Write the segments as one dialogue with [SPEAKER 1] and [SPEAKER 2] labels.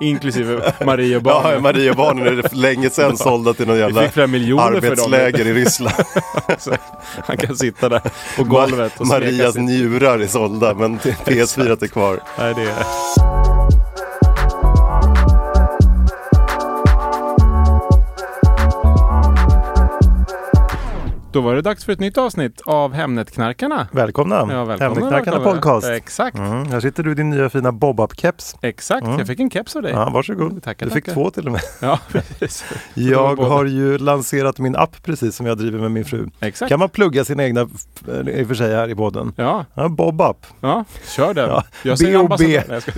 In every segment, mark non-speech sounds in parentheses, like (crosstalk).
[SPEAKER 1] Inklusive Marie
[SPEAKER 2] (laughs)
[SPEAKER 1] och barnen.
[SPEAKER 2] Ja, Maria och barnen är det länge
[SPEAKER 1] (laughs)
[SPEAKER 2] sedan sålda till någon
[SPEAKER 1] Vi
[SPEAKER 2] jävla
[SPEAKER 1] fick flera miljoner för dem. liksom.
[SPEAKER 2] arbetsläger i Ryssland.
[SPEAKER 1] (laughs) Så Han kan sitta där på golvet och smeka
[SPEAKER 2] Marias
[SPEAKER 1] sig.
[SPEAKER 2] njurar är sålda men
[SPEAKER 1] (laughs)
[SPEAKER 2] PS4 är kvar.
[SPEAKER 1] Nej, det är... Då var det dags för ett nytt avsnitt av Hemnetknarkarna.
[SPEAKER 2] Välkomna,
[SPEAKER 1] Ja, välkomna,
[SPEAKER 2] Hemnetknarkarna
[SPEAKER 1] välkomna.
[SPEAKER 2] podcast.
[SPEAKER 1] Exakt,
[SPEAKER 2] Mm, här sitter du i din nya fina bob-up-keps.
[SPEAKER 1] exakt.
[SPEAKER 2] Mm.
[SPEAKER 1] Jag fick en keps av dig.
[SPEAKER 2] Ja, varsågod.
[SPEAKER 1] Tackar,
[SPEAKER 2] du fick
[SPEAKER 1] tackar.
[SPEAKER 2] två till och med.
[SPEAKER 1] (laughs) Ja, precis.
[SPEAKER 2] (laughs) Jag
[SPEAKER 1] båda.
[SPEAKER 2] har ju lanserat min app precis som jag driver med min fru.
[SPEAKER 1] Exakt.
[SPEAKER 2] Kan man plugga sina egna, eh, i och för sig här i podden.
[SPEAKER 1] Ja,
[SPEAKER 2] Ja, bob-up.
[SPEAKER 1] ja, kör den.
[SPEAKER 2] Ja.
[SPEAKER 1] Jag säger
[SPEAKER 2] BOB,
[SPEAKER 1] ambassadör. Nej, jag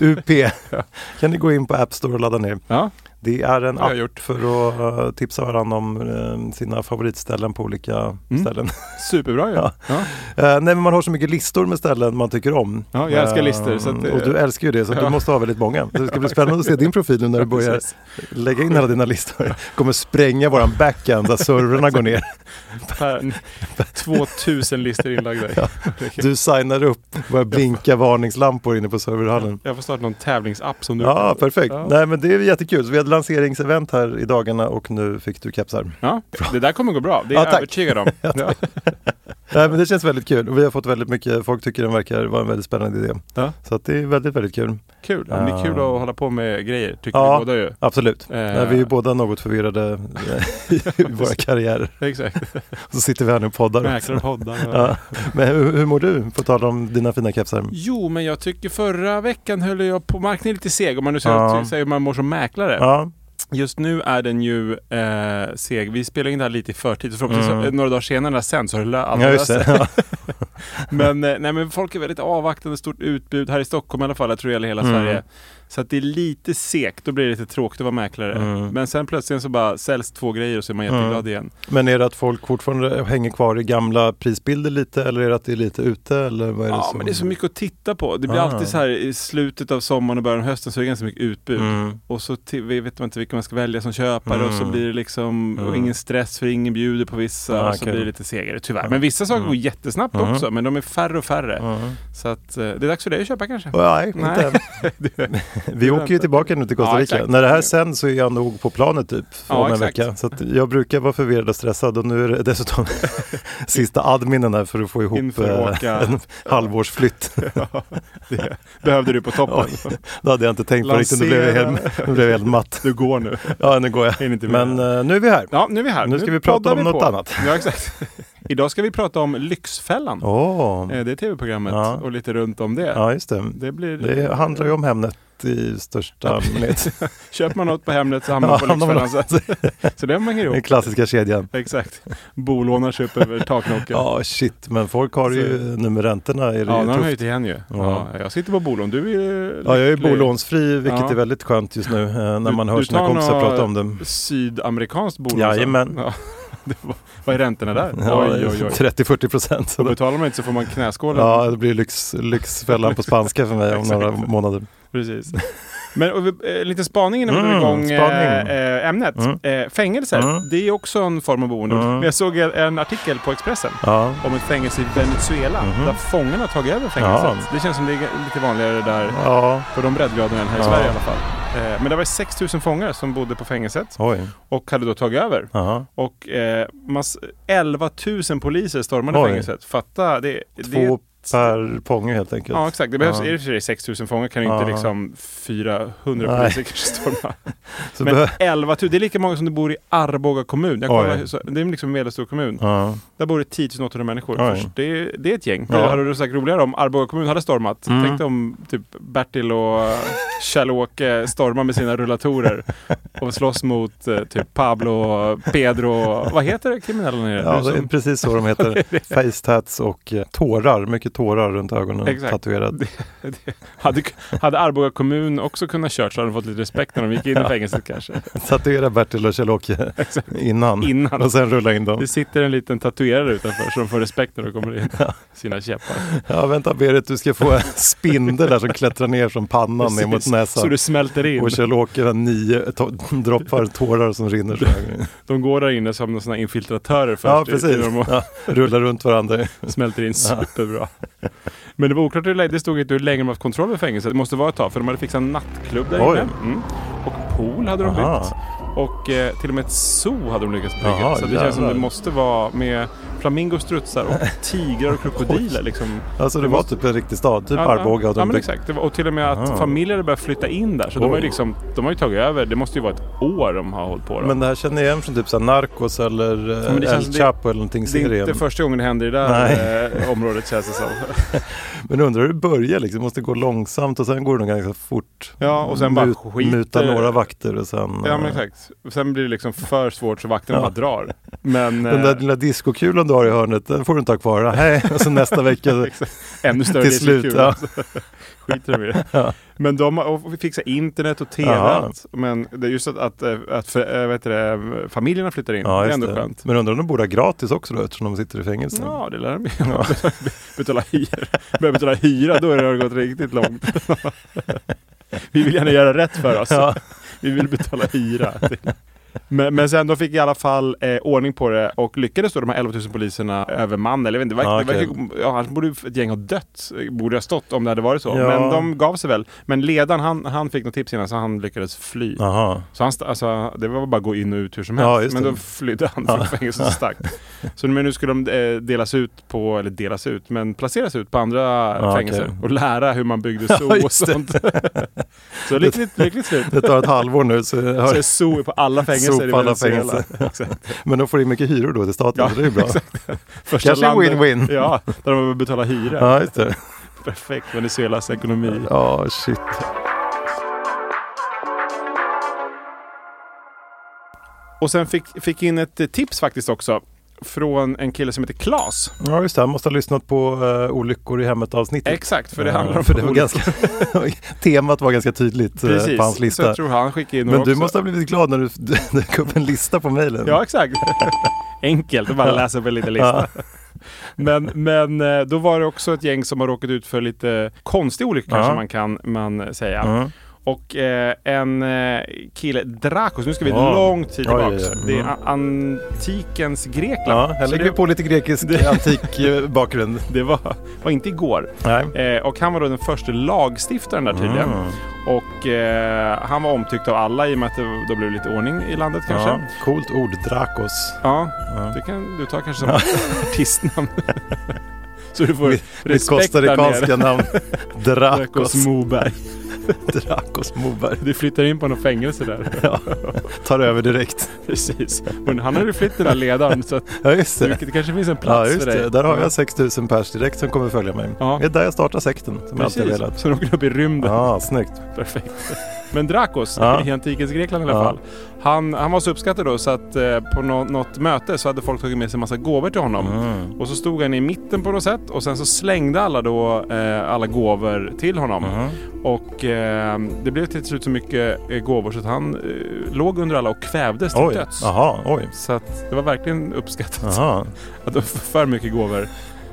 [SPEAKER 2] UP.
[SPEAKER 1] skojar. (laughs)
[SPEAKER 2] Kan ni gå in på App Store och ladda ner.
[SPEAKER 1] Ja,
[SPEAKER 2] Det är en
[SPEAKER 1] har jag
[SPEAKER 2] app
[SPEAKER 1] gjort.
[SPEAKER 2] för att eh, tipsa varandra om eh, sina favoritställen på olika
[SPEAKER 1] Mm.
[SPEAKER 2] ställen. (laughs)
[SPEAKER 1] superbra ju. Ja.
[SPEAKER 2] Ja.
[SPEAKER 1] Ja.
[SPEAKER 2] Eh, nej men man har så mycket listor med ställen man tycker om.
[SPEAKER 1] Ja, jag älskar
[SPEAKER 2] Eh,
[SPEAKER 1] listor, så att det-
[SPEAKER 2] Och du älskar ju det så att
[SPEAKER 1] Ja.
[SPEAKER 2] du måste ha väldigt många. Så det
[SPEAKER 1] (laughs)
[SPEAKER 2] ska bli spännande att se din profil nu när du börjar
[SPEAKER 1] precis.
[SPEAKER 2] lägga in alla dina listor. kommer spränga våran backend där servrarna går
[SPEAKER 1] (laughs)
[SPEAKER 2] ner.
[SPEAKER 1] Per, (laughs) 2000 listor inlagda.
[SPEAKER 2] Du signar upp, börjar blinka varningslampor inne på serverhallen.
[SPEAKER 1] Jag får snart någon tävlingsapp som du...
[SPEAKER 2] Ja, perfekt.
[SPEAKER 1] Ja.
[SPEAKER 2] Nej men det är jättekul. Så vi hade lanseringsevent här i dagarna och nu fick du kepsar.
[SPEAKER 1] Ja, det där kommer gå bra. Det
[SPEAKER 2] (laughs)
[SPEAKER 1] är
[SPEAKER 2] Ja,
[SPEAKER 1] jag
[SPEAKER 2] tack.
[SPEAKER 1] övertygad om. Ja.
[SPEAKER 2] Nej, men det känns väldigt kul och vi har fått väldigt mycket, folk tycker den verkar vara en väldigt spännande idé.
[SPEAKER 1] Ja.
[SPEAKER 2] Så att det är väldigt, väldigt kul.
[SPEAKER 1] Kul. Ja, men det är kul att hålla på med grejer, tycker
[SPEAKER 2] Ja.
[SPEAKER 1] vi båda ju.
[SPEAKER 2] Absolut. Nej, vi är ju båda något förvirrade eh, (laughs) i våra karriärer. (laughs)
[SPEAKER 1] Exakt.
[SPEAKER 2] Och så sitter vi här nu och poddar. också.
[SPEAKER 1] Mäklare, poddar. och-
[SPEAKER 2] Ja. Men hur, hur mår du? På tal om dina fina kepsar.
[SPEAKER 1] Jo, men jag tycker förra veckan höll jag på... Marknaden är lite seg om man nu
[SPEAKER 2] Ja.
[SPEAKER 1] säger säger hur man mår som mäklare.
[SPEAKER 2] Ja,
[SPEAKER 1] Just nu är den ju eh, seg. Vi spelar in det här lite i förtid. Så Förhoppningsvis
[SPEAKER 2] Mm.
[SPEAKER 1] eh, några dagar senare när det sen så har det lö- allt
[SPEAKER 2] ja just
[SPEAKER 1] löst sig.
[SPEAKER 2] det. Ja.
[SPEAKER 1] (laughs) Men, eh, nej, men folk är väldigt avvaktande, stort utbud här i Stockholm i alla fall, jag tror det gäller hela
[SPEAKER 2] Mm.
[SPEAKER 1] Sverige. Så att det är lite segt, då blir det lite tråkigt att vara mäklare.
[SPEAKER 2] Mm.
[SPEAKER 1] Men sen plötsligt så bara säljs två grejer och så är man
[SPEAKER 2] Mm.
[SPEAKER 1] jätteglad igen.
[SPEAKER 2] Men är det att folk fortfarande hänger kvar i gamla prisbilder lite eller är det att det är lite ute eller vad är det
[SPEAKER 1] Ja,
[SPEAKER 2] som...
[SPEAKER 1] men det är så mycket att titta på. Det blir
[SPEAKER 2] Ah.
[SPEAKER 1] alltid så här i slutet av sommaren och början av hösten så är det ganska mycket utbud.
[SPEAKER 2] Mm.
[SPEAKER 1] Och så ti- vi vet man inte vilka man ska välja som köpare och så
[SPEAKER 2] Mm.
[SPEAKER 1] blir det liksom och
[SPEAKER 2] Mm.
[SPEAKER 1] ingen stress för ingen bjuder på vissa
[SPEAKER 2] Ah,
[SPEAKER 1] och så
[SPEAKER 2] kul.
[SPEAKER 1] blir det lite segare tyvärr.
[SPEAKER 2] Ja.
[SPEAKER 1] Men vissa saker
[SPEAKER 2] Mm.
[SPEAKER 1] går jättesnabbt
[SPEAKER 2] Mm.
[SPEAKER 1] också men de är färre och färre.
[SPEAKER 2] Mm.
[SPEAKER 1] Så att eh, det är dags för dig att köpa kanske.
[SPEAKER 2] Nej, inte
[SPEAKER 1] Nej.
[SPEAKER 2] än. Vi åker ju tillbaka nu till Costa
[SPEAKER 1] Ja,
[SPEAKER 2] Rica.
[SPEAKER 1] exakt.
[SPEAKER 2] När det här sänds så är jag nog på planet typ
[SPEAKER 1] Ja,
[SPEAKER 2] om en
[SPEAKER 1] exakt.
[SPEAKER 2] vecka. Så att jag brukar vara förvirrad och stressad och nu är det dessutom (laughs) sista adminen här för att få ihop
[SPEAKER 1] Inför
[SPEAKER 2] eh,
[SPEAKER 1] åka.
[SPEAKER 2] en
[SPEAKER 1] (laughs)
[SPEAKER 2] halvårsflytt.
[SPEAKER 1] (laughs) Ja, det behövde du på toppen.
[SPEAKER 2] Det hade jag inte tänkt på riktigt, nu blev jag helt, nu blev jag helt matt.
[SPEAKER 1] Du går nu.
[SPEAKER 2] Ja, nu går jag.
[SPEAKER 1] Hinner inte med.
[SPEAKER 2] Men eh, nu är vi här.
[SPEAKER 1] ja, nu är vi här.
[SPEAKER 2] Nu ska vi prata
[SPEAKER 1] poddar
[SPEAKER 2] om något
[SPEAKER 1] på.
[SPEAKER 2] annat.
[SPEAKER 1] Ja, exakt. (laughs) Idag ska vi prata om Lyxfällan.
[SPEAKER 2] Åh,
[SPEAKER 1] Eh, Det är tv-programmet
[SPEAKER 2] Ja.
[SPEAKER 1] och lite runt om det.
[SPEAKER 2] ja just det.
[SPEAKER 1] Det blir...
[SPEAKER 2] Det handlar ju om Hemnet i största
[SPEAKER 1] (laughs)
[SPEAKER 2] allmänhet.
[SPEAKER 1] Köper man något på Hemnet så hamnar man på
[SPEAKER 2] (laughs) Ja, hamnar man-
[SPEAKER 1] Lyxfällan. Så, (laughs) så det hänger
[SPEAKER 2] Den
[SPEAKER 1] ihop.
[SPEAKER 2] klassiska kedjan.
[SPEAKER 1] Exakt. Bolånar sig upp över taknocken.
[SPEAKER 2] Ja, shit, men folk har ju nu med räntorna. Är det ju
[SPEAKER 1] Ja, nu har
[SPEAKER 2] tufft.
[SPEAKER 1] de höjt igen ju. Ja. jag sitter på bolån. Du är ju
[SPEAKER 2] Ja, jag är
[SPEAKER 1] lycklig.
[SPEAKER 2] bolånsfri vilket
[SPEAKER 1] Ja.
[SPEAKER 2] är väldigt skönt just nu eh, när
[SPEAKER 1] Du-
[SPEAKER 2] man hör
[SPEAKER 1] du
[SPEAKER 2] sina
[SPEAKER 1] tar
[SPEAKER 2] kompisar
[SPEAKER 1] några-
[SPEAKER 2] prata om det.
[SPEAKER 1] Sydamerikanskt bolån. så.
[SPEAKER 2] Jajamän.
[SPEAKER 1] Ja. (laughs) Det var- Vad är räntorna där?
[SPEAKER 2] Ja,
[SPEAKER 1] oj, oj, oj.
[SPEAKER 2] 30-40 procent.
[SPEAKER 1] Och betalar man inte så får man knäskålen.
[SPEAKER 2] Ja, det blir lyx, lyxfällan på spanska för mig om några
[SPEAKER 1] Exakt.
[SPEAKER 2] månader.
[SPEAKER 1] Precis. Men och, vi- eh, lite spaning innan vi drar
[SPEAKER 2] Mm,
[SPEAKER 1] igång eh,
[SPEAKER 2] spaning.
[SPEAKER 1] eh, ämnet.
[SPEAKER 2] Mm.
[SPEAKER 1] Eh, fängelser,
[SPEAKER 2] Mm.
[SPEAKER 1] det är också en form av boende.
[SPEAKER 2] Mm.
[SPEAKER 1] Men jag såg en- en artikel på Expressen
[SPEAKER 2] Ja,
[SPEAKER 1] om ett fängelse i Venezuela där fångarna har tagit över fängelset.
[SPEAKER 2] Mhm. Ja.
[SPEAKER 1] Det känns som det är lite vanligare där
[SPEAKER 2] ja.
[SPEAKER 1] på de breddgraderna än här i
[SPEAKER 2] Ja.
[SPEAKER 1] Sverige i alla fall. Eh, Men det var 6 000 fångar som bodde på fängelset
[SPEAKER 2] oj.
[SPEAKER 1] och hade då tagit över.
[SPEAKER 2] Aha.
[SPEAKER 1] Och eh, mass- 11 000 poliser stormade
[SPEAKER 2] Oj.
[SPEAKER 1] fängelset. Fatta, det, det
[SPEAKER 2] Två
[SPEAKER 1] exakt.
[SPEAKER 2] Per Ponge helt enkelt.
[SPEAKER 1] Ja, exakt. Det behövs
[SPEAKER 2] Ja.
[SPEAKER 1] i och för sig 6000 fångar kan ju inte
[SPEAKER 2] Ja.
[SPEAKER 1] liksom 400
[SPEAKER 2] Nej.
[SPEAKER 1] poliser kanske storma.
[SPEAKER 2] Så
[SPEAKER 1] Men
[SPEAKER 2] behö-
[SPEAKER 1] 11 000, det är lika många som det bor i Arboga kommun. Jag
[SPEAKER 2] Oj.
[SPEAKER 1] kollar, hur- så- det är liksom en medelstor kommun.
[SPEAKER 2] ja.
[SPEAKER 1] Där bor det 10 800 människor.
[SPEAKER 2] Oj.
[SPEAKER 1] Först, det, är, det är ett gäng.
[SPEAKER 2] Ja.
[SPEAKER 1] Det hade varit säkert roligare om Arboga kommun hade stormat.
[SPEAKER 2] Mm.
[SPEAKER 1] Tänk dig om typ Bertil och eh, Kjell-Åke stormar med sina rullatorer och slåss mot eh, typ Pablo, Pedro, vad heter det, kriminella nere?
[SPEAKER 2] ja,
[SPEAKER 1] Nu som- (laughs)
[SPEAKER 2] det är precis så de heter. Face tats och eh, tårar, mycket tårar runt ögonen
[SPEAKER 1] Exakt.
[SPEAKER 2] tatuerad.
[SPEAKER 1] Hade, hade Arboga kommun också kunnat kört så hade de fått lite respekt när de gick in i fängelset kanske.
[SPEAKER 2] Tatuera Bertil och Kjell-Åke innan. (laughs)
[SPEAKER 1] Innan.
[SPEAKER 2] och sen rulla in dem.
[SPEAKER 1] Det sitter en liten tatuerare utanför så de får respekt när de kommer in. Sina käppar.
[SPEAKER 2] Ja, vänta Berit, du ska få
[SPEAKER 1] (laughs)
[SPEAKER 2] en spindel där som klättrar ner från pannan ner mot
[SPEAKER 1] Precis.
[SPEAKER 2] näsan.
[SPEAKER 1] Så du smälter in.
[SPEAKER 2] Och Kjell-Åke har nio to- droppar tårar som rinner. så här.
[SPEAKER 1] De går där inne som några sådana infiltratörer först.
[SPEAKER 2] Ja,
[SPEAKER 1] i-
[SPEAKER 2] precis.
[SPEAKER 1] i-
[SPEAKER 2] Ja, rullar runt varandra.
[SPEAKER 1] och smälter in superbra. Men det var oklart hur länge, det stod inte hur länge de haft kontroll över fängelset. Det måste vara ett tag för de hade fixat en nattklubb där
[SPEAKER 2] Oj.
[SPEAKER 1] inne. Mm. Och pool hade de
[SPEAKER 2] Aha.
[SPEAKER 1] byggt. Och eh, till och med ett zoo hade de lyckats bygga.
[SPEAKER 2] Jaha,
[SPEAKER 1] så det känns som det
[SPEAKER 2] jävlar.
[SPEAKER 1] måste vara med flamingos, strutsar och
[SPEAKER 2] (laughs)
[SPEAKER 1] tigrar och krokodiler. Liksom.
[SPEAKER 2] Alltså det var typ en riktig stad, typ
[SPEAKER 1] Ja,
[SPEAKER 2] Arboga.
[SPEAKER 1] Ja,
[SPEAKER 2] Och
[SPEAKER 1] ja
[SPEAKER 2] de
[SPEAKER 1] men
[SPEAKER 2] byggde-
[SPEAKER 1] exakt. Det var, och till och med att
[SPEAKER 2] Aha.
[SPEAKER 1] familjer hade börjat flytta in där. Så de har, ju
[SPEAKER 2] Oj.
[SPEAKER 1] liksom, de har ju tagit över. Det måste ju vara ett år de har hållit på. Då.
[SPEAKER 2] Men det här känner jag igen från typ så här Narcos eller eh,
[SPEAKER 1] Ja, men det
[SPEAKER 2] El
[SPEAKER 1] känns- det-
[SPEAKER 2] Chapo eller någonting
[SPEAKER 1] det är
[SPEAKER 2] serien.
[SPEAKER 1] inte första gången det händer i det
[SPEAKER 2] Nej.
[SPEAKER 1] där eh, området känns det som. (laughs)
[SPEAKER 2] Men undrar hur det börjar liksom. Det måste gå långsamt och sen går det nog ganska fort.
[SPEAKER 1] Ja, och sen bara skiter-
[SPEAKER 2] Muta några vakter och sen...
[SPEAKER 1] Ja
[SPEAKER 2] eh,
[SPEAKER 1] men exakt. Sen blir det liksom för svårt så vakterna
[SPEAKER 2] Ja.
[SPEAKER 1] bara drar. Men
[SPEAKER 2] Den där
[SPEAKER 1] eh,
[SPEAKER 2] lilla diskokulan du har i hörnet, den får du inte ha kvar. Nej, (laughs) och så nästa vecka. så-
[SPEAKER 1] ännu större
[SPEAKER 2] till
[SPEAKER 1] disco
[SPEAKER 2] slut,
[SPEAKER 1] kul.
[SPEAKER 2] ja.
[SPEAKER 1] (laughs) Skiter de i det. Men de har- och fixar internet och tv.
[SPEAKER 2] Ja.
[SPEAKER 1] allt. Men det är just att, att, eh, att för, eh, vad heter det, familjerna flyttar in.
[SPEAKER 2] Ja,
[SPEAKER 1] det är
[SPEAKER 2] just
[SPEAKER 1] ändå
[SPEAKER 2] det. Mm.
[SPEAKER 1] skönt.
[SPEAKER 2] Men undrar om de bor där gratis också då eftersom de sitter i fängelse.
[SPEAKER 1] Ja, det lär de ju. (laughs) betala hyra. Börja betala hyra, då har det gått
[SPEAKER 2] (laughs)
[SPEAKER 1] riktigt långt. Vi vill gärna göra rätt för oss.
[SPEAKER 2] Ja.
[SPEAKER 1] Vi vill betala hyra. Men, men sen de fick i alla fall eh, ordning på det och lyckades då de här 11 000 poliserna övermanna. Eller jag vet inte, det verkar,
[SPEAKER 2] Ja,
[SPEAKER 1] det
[SPEAKER 2] okej.
[SPEAKER 1] verkar, ja, annars borde ju ett gäng ha dött. eh, Borde ha stått om det hade varit så.
[SPEAKER 2] Ja.
[SPEAKER 1] Men de gav sig väl. Men ledaren han, han fick något tips innan så han lyckades fly.
[SPEAKER 2] Jaha.
[SPEAKER 1] Så han, st- alltså, det var bara att gå in och ut hur som helst.
[SPEAKER 2] Ja, just
[SPEAKER 1] men
[SPEAKER 2] det.
[SPEAKER 1] då flydde han från
[SPEAKER 2] (laughs)
[SPEAKER 1] fängelset och stack. Så men nu skulle de eh, delas ut på, eller delas ut, men placeras ut på andra
[SPEAKER 2] Ja,
[SPEAKER 1] fängelser.
[SPEAKER 2] okej.
[SPEAKER 1] Och lära hur man
[SPEAKER 2] (laughs)
[SPEAKER 1] byggde zoo och
[SPEAKER 2] just det.
[SPEAKER 1] sånt. så lyckligt, lyckligt slut.
[SPEAKER 2] Det tar ett halvår nu. Så
[SPEAKER 1] Så är
[SPEAKER 2] hör,
[SPEAKER 1] zoo på alla fängelser
[SPEAKER 2] Zoo
[SPEAKER 1] i
[SPEAKER 2] på alla
[SPEAKER 1] Venezuela.
[SPEAKER 2] fängelser.
[SPEAKER 1] Exakt.
[SPEAKER 2] men de får in mycket hyror då till staten,
[SPEAKER 1] Ja,
[SPEAKER 2] så det är bra.
[SPEAKER 1] Första
[SPEAKER 2] Kanske
[SPEAKER 1] landet-
[SPEAKER 2] win-win.
[SPEAKER 1] Ja, där de behöver betala hyra.
[SPEAKER 2] Ja, just det.
[SPEAKER 1] Perfekt, Venezuelas ekonomi.
[SPEAKER 2] Ja, shit.
[SPEAKER 1] Och sen fick, fick in ett eh, tips faktiskt också. Från en kille som heter Klas.
[SPEAKER 2] Ja, just det. Han måste ha lyssnat på eh, olyckor i hemmet-avsnittet.
[SPEAKER 1] Exakt, för det
[SPEAKER 2] Ja,
[SPEAKER 1] handlar om
[SPEAKER 2] för det var
[SPEAKER 1] olika-
[SPEAKER 2] ganska, (laughs) Temat var ganska tydligt eh,
[SPEAKER 1] Precis,
[SPEAKER 2] på hans
[SPEAKER 1] så
[SPEAKER 2] lista.
[SPEAKER 1] jag tror han skickade in några
[SPEAKER 2] Men du
[SPEAKER 1] också.
[SPEAKER 2] måste ha blivit glad när du (laughs) dök upp en lista på mejlen.
[SPEAKER 1] Ja, exakt. (laughs) Enkelt att bara läsa upp en liten lista. (laughs) Men, men eh, då var det också ett gäng som har råkat ut för lite konstig olycka kanske
[SPEAKER 2] Ja.
[SPEAKER 1] man kan man säga.
[SPEAKER 2] Mm.
[SPEAKER 1] Och eh, en eh, kille, Drakos, nu ska vi
[SPEAKER 2] Ja.
[SPEAKER 1] lång tid
[SPEAKER 2] Oj,
[SPEAKER 1] tillbaka.
[SPEAKER 2] oj, oj. Mm.
[SPEAKER 1] Det är a- antikens Grekland.
[SPEAKER 2] Ja, här
[SPEAKER 1] Så
[SPEAKER 2] lägger
[SPEAKER 1] det,
[SPEAKER 2] vi på lite grekisk antik eh, bakgrund.
[SPEAKER 1] (laughs) det var, var inte igår.
[SPEAKER 2] Nej.
[SPEAKER 1] Eh, och han var då den första lagstiftaren där tydligen.
[SPEAKER 2] Mm.
[SPEAKER 1] Och eh, han var omtyckt av alla i och med att det då blev lite ordning i landet kanske.
[SPEAKER 2] Ja, coolt ord, Drakos.
[SPEAKER 1] Ja,
[SPEAKER 2] Ja.
[SPEAKER 1] det kan du ta kanske som (laughs)
[SPEAKER 2] (laughs)
[SPEAKER 1] artistnamn. Så du får
[SPEAKER 2] Mitt
[SPEAKER 1] respekt där
[SPEAKER 2] kostarikanska
[SPEAKER 1] nere.
[SPEAKER 2] namn. Drakos,
[SPEAKER 1] Marcos Moberg.
[SPEAKER 2] (laughs) Drakos Moberg.
[SPEAKER 1] Du flyttar in på något fängelse där.
[SPEAKER 2] Ja, tar över direkt.
[SPEAKER 1] Precis. Men han har ju flytt den där ledaren så att
[SPEAKER 2] (laughs) Ja, just
[SPEAKER 1] du,
[SPEAKER 2] det.
[SPEAKER 1] det kanske finns en
[SPEAKER 2] Ja,
[SPEAKER 1] plats
[SPEAKER 2] just
[SPEAKER 1] för dig.
[SPEAKER 2] det. Där har jag 6000 pers direkt som kommer följa mig.
[SPEAKER 1] Ja.
[SPEAKER 2] Det är där jag startar sekten som jag alltid
[SPEAKER 1] Precis,
[SPEAKER 2] velat.
[SPEAKER 1] så de åker upp i rymden.
[SPEAKER 2] Ja, snyggt.
[SPEAKER 1] Perfekt. Men Drakos,
[SPEAKER 2] Ja.
[SPEAKER 1] i antikens Grekland i alla
[SPEAKER 2] Ja.
[SPEAKER 1] fall, han, han var så uppskattad då så att eh, på nå- något möte så hade folk tagit med sig en massa gåvor till honom.
[SPEAKER 2] Mm.
[SPEAKER 1] Och så stod han i mitten på något sätt och sen så slängde alla då eh, alla gåvor till honom.
[SPEAKER 2] Mm.
[SPEAKER 1] Och eh, det blev till slut så mycket eh, gåvor så att han eh, låg under alla och kvävdes till
[SPEAKER 2] Oj,
[SPEAKER 1] döds.
[SPEAKER 2] jaha, oj.
[SPEAKER 1] Så att det var verkligen uppskattat
[SPEAKER 2] Aha.
[SPEAKER 1] (laughs) att det var för mycket gåvor.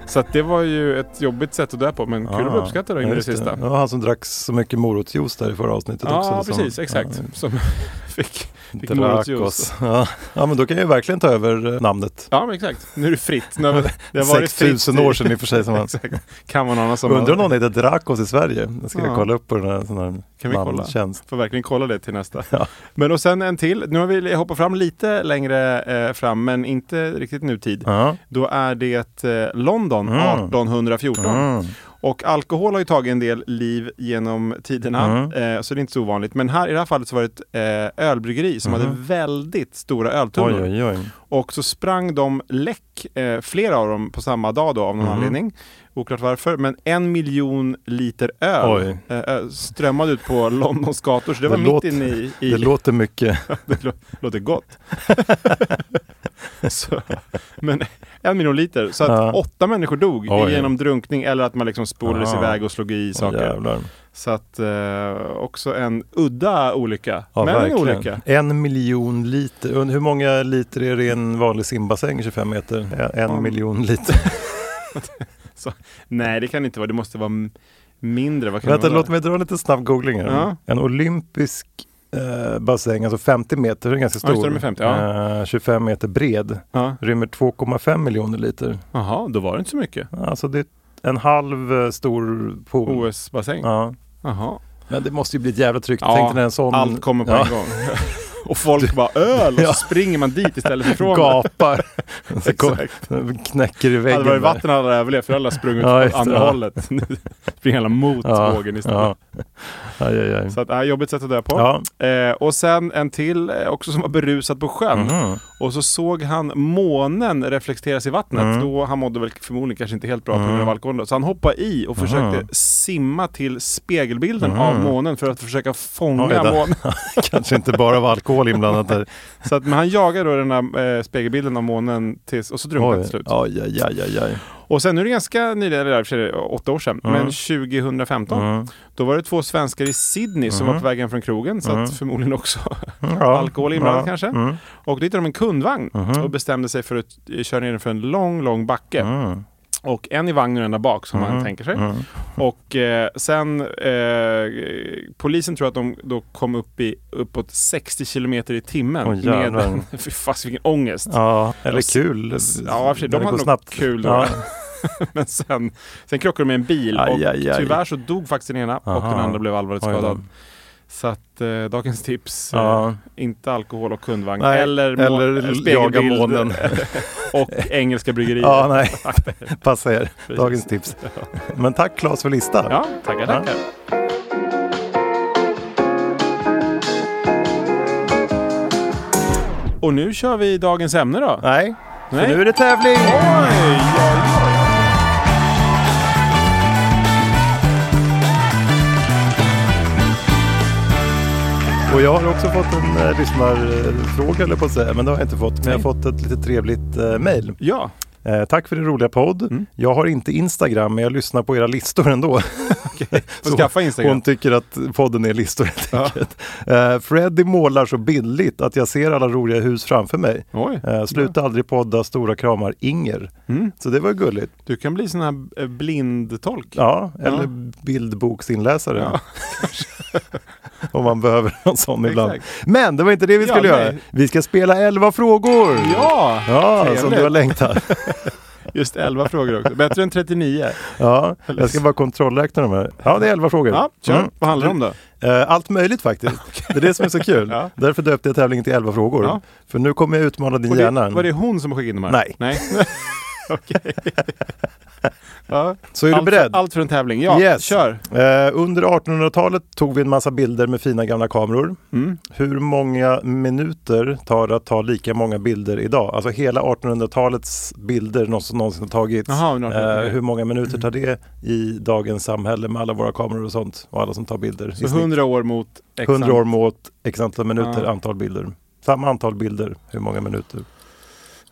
[SPEAKER 1] Så att det var ju ett jobbigt sätt att dö på men kul att bli
[SPEAKER 2] Ah,
[SPEAKER 1] uppskattad då in i det
[SPEAKER 2] just
[SPEAKER 1] sista.
[SPEAKER 2] Det var han som drack så mycket morotsjuice där i förra avsnittet också.
[SPEAKER 1] Ja,
[SPEAKER 2] som-
[SPEAKER 1] precis. Exakt.
[SPEAKER 2] Ja,
[SPEAKER 1] Som (laughs) fick, fick morotsjuice.
[SPEAKER 2] Dracos. Ja. ja, men då kan jag ju verkligen ta över eh, namnet.
[SPEAKER 1] Ja, men exakt. Nu är det fritt. Nu har vi- det har varit fritt
[SPEAKER 2] 6000 år sedan i och för sig. Som man.
[SPEAKER 1] (laughs) Exakt. Kan man annars som
[SPEAKER 2] Undrar om någon heter Dracos i Sverige? Jag ska
[SPEAKER 1] Ja.
[SPEAKER 2] kolla upp på den här, sån här
[SPEAKER 1] Kan vi kolla?
[SPEAKER 2] namntjänst.
[SPEAKER 1] Får verkligen kolla det till nästa.
[SPEAKER 2] Ja.
[SPEAKER 1] Men och sen en till. Nu har vi hoppat fram lite längre eh, fram, men inte riktigt nutid.
[SPEAKER 2] Ja.
[SPEAKER 1] Då är det eh, London
[SPEAKER 2] Mm.
[SPEAKER 1] 1814.
[SPEAKER 2] Mm.
[SPEAKER 1] Och alkohol har ju tagit en del liv genom tiderna, eh, så det är inte så ovanligt. Men här i det här fallet så var det ett eh, ölbryggeri som hade väldigt stora
[SPEAKER 2] Mhm. Oj,
[SPEAKER 1] öltunnor.
[SPEAKER 2] oj, oj.
[SPEAKER 1] Och så sprang de läck, eh, flera av dem på samma dag då av
[SPEAKER 2] Mhm.
[SPEAKER 1] någon anledning. Oklart varför, men en miljon liter öl
[SPEAKER 2] Oj.
[SPEAKER 1] eh, ö, strömmade ut
[SPEAKER 2] (laughs)
[SPEAKER 1] på Londons gator. Så det,
[SPEAKER 2] Det
[SPEAKER 1] var
[SPEAKER 2] låter-
[SPEAKER 1] mitt inne i... i
[SPEAKER 2] Det låter mycket.
[SPEAKER 1] det lå- låter gott. (laughs) så, men en miljon liter. Så att
[SPEAKER 2] Ja.
[SPEAKER 1] åtta människor dog
[SPEAKER 2] Oj.
[SPEAKER 1] genom drunkning eller att man liksom spolades
[SPEAKER 2] Ja.
[SPEAKER 1] iväg och slog i
[SPEAKER 2] Åh,
[SPEAKER 1] saker.
[SPEAKER 2] jävlar.
[SPEAKER 1] så att eh, också en udda olycka.
[SPEAKER 2] Ja,
[SPEAKER 1] men
[SPEAKER 2] verkligen.
[SPEAKER 1] en olycka.
[SPEAKER 2] En miljon liter. Und- Hur många liter är det i en vanlig simbassäng 25 meter? En
[SPEAKER 1] Ja.
[SPEAKER 2] miljon liter.
[SPEAKER 1] Nej, det kan inte vara. Det måste vara m- mindre. Vad kan det
[SPEAKER 2] (laughs) Vänta,
[SPEAKER 1] vara?
[SPEAKER 2] låt mig dra en liten snabb googling här.
[SPEAKER 1] Ja.
[SPEAKER 2] En olympisk eh, bassäng, alltså 50 meter, den är ganska
[SPEAKER 1] Ja, just
[SPEAKER 2] stor.
[SPEAKER 1] det, de är 50, ja.
[SPEAKER 2] Eh, 25 meter bred,
[SPEAKER 1] Ja.
[SPEAKER 2] rymmer 2,5 miljoner liter.
[SPEAKER 1] Jaha, då var det inte så mycket.
[SPEAKER 2] Alltså det är en halv eh, stor pool.
[SPEAKER 1] OS-bassäng?
[SPEAKER 2] Ja.
[SPEAKER 1] Jaha.
[SPEAKER 2] Men det måste ju bli ett jävla tryck.
[SPEAKER 1] Ja,
[SPEAKER 2] Tänk dig när en sån
[SPEAKER 1] Allt kommer på
[SPEAKER 2] ja,
[SPEAKER 1] en gång. (laughs) Och folk bara öl och så
[SPEAKER 2] Ja.
[SPEAKER 1] springer man dit istället för ifrån.
[SPEAKER 2] gapar. så kom,
[SPEAKER 1] (laughs) Exakt.
[SPEAKER 2] knäcker i väggen.
[SPEAKER 1] Hade det varit
[SPEAKER 2] där.
[SPEAKER 1] vatten hade det överlevt för alla sprungit
[SPEAKER 2] Ja,
[SPEAKER 1] åt
[SPEAKER 2] just det,
[SPEAKER 1] andra
[SPEAKER 2] ja.
[SPEAKER 1] hållet. (laughs) Nu springer alla mot vågen istället.
[SPEAKER 2] Ja. Aj, aj, aj.
[SPEAKER 1] Så att, äh, jobbigt sätt att dö på.
[SPEAKER 2] Ja.
[SPEAKER 1] Eh, och sen en till eh, också som var berusad på sjön.
[SPEAKER 2] Mhm.
[SPEAKER 1] Och så såg han månen reflekteras i vattnet. Då han mådde väl förmodligen kanske inte helt bra på grund av alkoholen. då. Så han hoppade i och försökte simma till spegelbilden av månen för att försöka
[SPEAKER 2] Oj
[SPEAKER 1] fånga
[SPEAKER 2] då. (laughs)
[SPEAKER 1] månen.
[SPEAKER 2] (laughs) Kanske inte bara var alkohol inblandat
[SPEAKER 1] (laughs)
[SPEAKER 2] där.
[SPEAKER 1] Så att, men han jagar då den här eh, spegelbilden av månen tills, och så drunknar till
[SPEAKER 2] Oj,
[SPEAKER 1] slut.
[SPEAKER 2] aj, aj, aj, aj, aj.
[SPEAKER 1] Och sen nu är det ganska nyligen, eller i och för sig åtta år sedan, men 2015. Då var det två svenskar i Sydney som var på vägen från krogen, så att förmodligen också (laughs)
[SPEAKER 2] Ja.
[SPEAKER 1] alkohol inblandat
[SPEAKER 2] Ja. Mm. Mm-hmm.
[SPEAKER 1] kanske. Och då hittade de en kundvagn och bestämde sig för att eh, köra ner den för en lång, lång backe.
[SPEAKER 2] Mm.
[SPEAKER 1] Och en i vagnen och en där bak som
[SPEAKER 2] Mhm.
[SPEAKER 1] man tänker sig. Och eh, sen eh, polisen tror att de då kom upp i uppåt 60 kilometer i timmen.
[SPEAKER 2] Åh, jävlar.
[SPEAKER 1] (laughs) Fy fast vilken ångest.
[SPEAKER 2] Ja, eller
[SPEAKER 1] Och s-
[SPEAKER 2] kul.
[SPEAKER 1] Ja, i och för sig,
[SPEAKER 2] När
[SPEAKER 1] de
[SPEAKER 2] det
[SPEAKER 1] hade
[SPEAKER 2] går
[SPEAKER 1] nog kul då.
[SPEAKER 2] Ja.
[SPEAKER 1] Men sen, sen krockade de med en bil
[SPEAKER 2] Aj,
[SPEAKER 1] och
[SPEAKER 2] aj, aj.
[SPEAKER 1] tyvärr så dog faktiskt den ena och
[SPEAKER 2] Aha.
[SPEAKER 1] den andra blev allvarligt
[SPEAKER 2] Oj då.
[SPEAKER 1] skadad. Så att eh, dagens tips, eh,
[SPEAKER 2] Ja.
[SPEAKER 1] inte alkohol och kundvagn.
[SPEAKER 2] Nej,
[SPEAKER 1] eller må-
[SPEAKER 2] eller
[SPEAKER 1] spegelbild
[SPEAKER 2] jaga månen.
[SPEAKER 1] (laughs) och engelska bryggerier.
[SPEAKER 2] ja, nej. Passa er. Dagens tips.
[SPEAKER 1] Ja.
[SPEAKER 2] Men tack Claes för listan.
[SPEAKER 1] Ja, tackar, tackar. Och nu kör vi dagens ämne då.
[SPEAKER 2] Nej,
[SPEAKER 1] Nej.
[SPEAKER 2] för nu är det tävling.
[SPEAKER 1] Oj, oj, oj.
[SPEAKER 2] Och jag har också fått en eh, lyssnarfråga, eller på att säga. Men det har jag inte fått. Men jag har fått ett lite trevligt eh, mejl.
[SPEAKER 1] Ja,
[SPEAKER 2] Eh, tack för din roliga podd.
[SPEAKER 1] Mm.
[SPEAKER 2] Jag har inte Instagram, men jag lyssnar på era listor ändå. (laughs)
[SPEAKER 1] får skaffa Instagram.
[SPEAKER 2] Hon tycker att podden är listor helt enkelt. Eh, Freddy målar så bildligt att jag ser alla roliga hus framför mig.
[SPEAKER 1] Oj.
[SPEAKER 2] Eh, sluta aldrig podda, stora kramar, Inger.
[SPEAKER 1] Mm.
[SPEAKER 2] Så det var ju gulligt.
[SPEAKER 1] Du kan bli sån här eh, blindtolk.
[SPEAKER 2] Ja, eller bildboksinläsare.
[SPEAKER 1] Ja.
[SPEAKER 2] (laughs) Om man behöver någon sån ibland.
[SPEAKER 1] Exakt.
[SPEAKER 2] Men det var inte det vi
[SPEAKER 1] Ja,
[SPEAKER 2] skulle göra.
[SPEAKER 1] nej.
[SPEAKER 2] Vi ska spela 11 frågor!
[SPEAKER 1] Ja,
[SPEAKER 2] Ja, som
[SPEAKER 1] trevligt.
[SPEAKER 2] du har längtat.
[SPEAKER 1] (laughs) Just 11 frågor också. Bättre än 39.
[SPEAKER 2] Ja, jag ska bara kontrollräkna de här. Ja, det är 11 frågor.
[SPEAKER 1] Ja, kör.
[SPEAKER 2] Mm.
[SPEAKER 1] Vad handlar det om då?
[SPEAKER 2] Eh, Allt möjligt
[SPEAKER 1] (laughs)
[SPEAKER 2] faktiskt. Det är det som är så kul.
[SPEAKER 1] Ja.
[SPEAKER 2] Därför döpte jag tävlingen till 11 frågor.
[SPEAKER 1] Ja.
[SPEAKER 2] För nu kommer jag utmana din
[SPEAKER 1] Var det,
[SPEAKER 2] hjärna.
[SPEAKER 1] var det hon som skickade in de här?
[SPEAKER 2] Nej. (laughs)
[SPEAKER 1] Nej. Okej. Ja.
[SPEAKER 2] Så är du
[SPEAKER 1] allt,
[SPEAKER 2] beredd?
[SPEAKER 1] För, allt för en tävling. Ja,
[SPEAKER 2] Yes.
[SPEAKER 1] kör.
[SPEAKER 2] Eh, under 1800-talet tog vi en massa bilder med fina gamla kameror.
[SPEAKER 1] Mm.
[SPEAKER 2] Hur många minuter tar det att ta lika många bilder idag? Alltså hela 1800-talets bilder någon som någonsin har tagits.
[SPEAKER 1] Jaha, under Mm. 1800-talet.
[SPEAKER 2] Eh, hur många minuter tar det i dagens samhälle med alla våra kameror och sånt och alla som tar bilder? i
[SPEAKER 1] Så
[SPEAKER 2] snitt?
[SPEAKER 1] 100 år mot X
[SPEAKER 2] 100 år mot x antal minuter,
[SPEAKER 1] Ja.
[SPEAKER 2] antal bilder. Samma antal bilder, hur många minuter?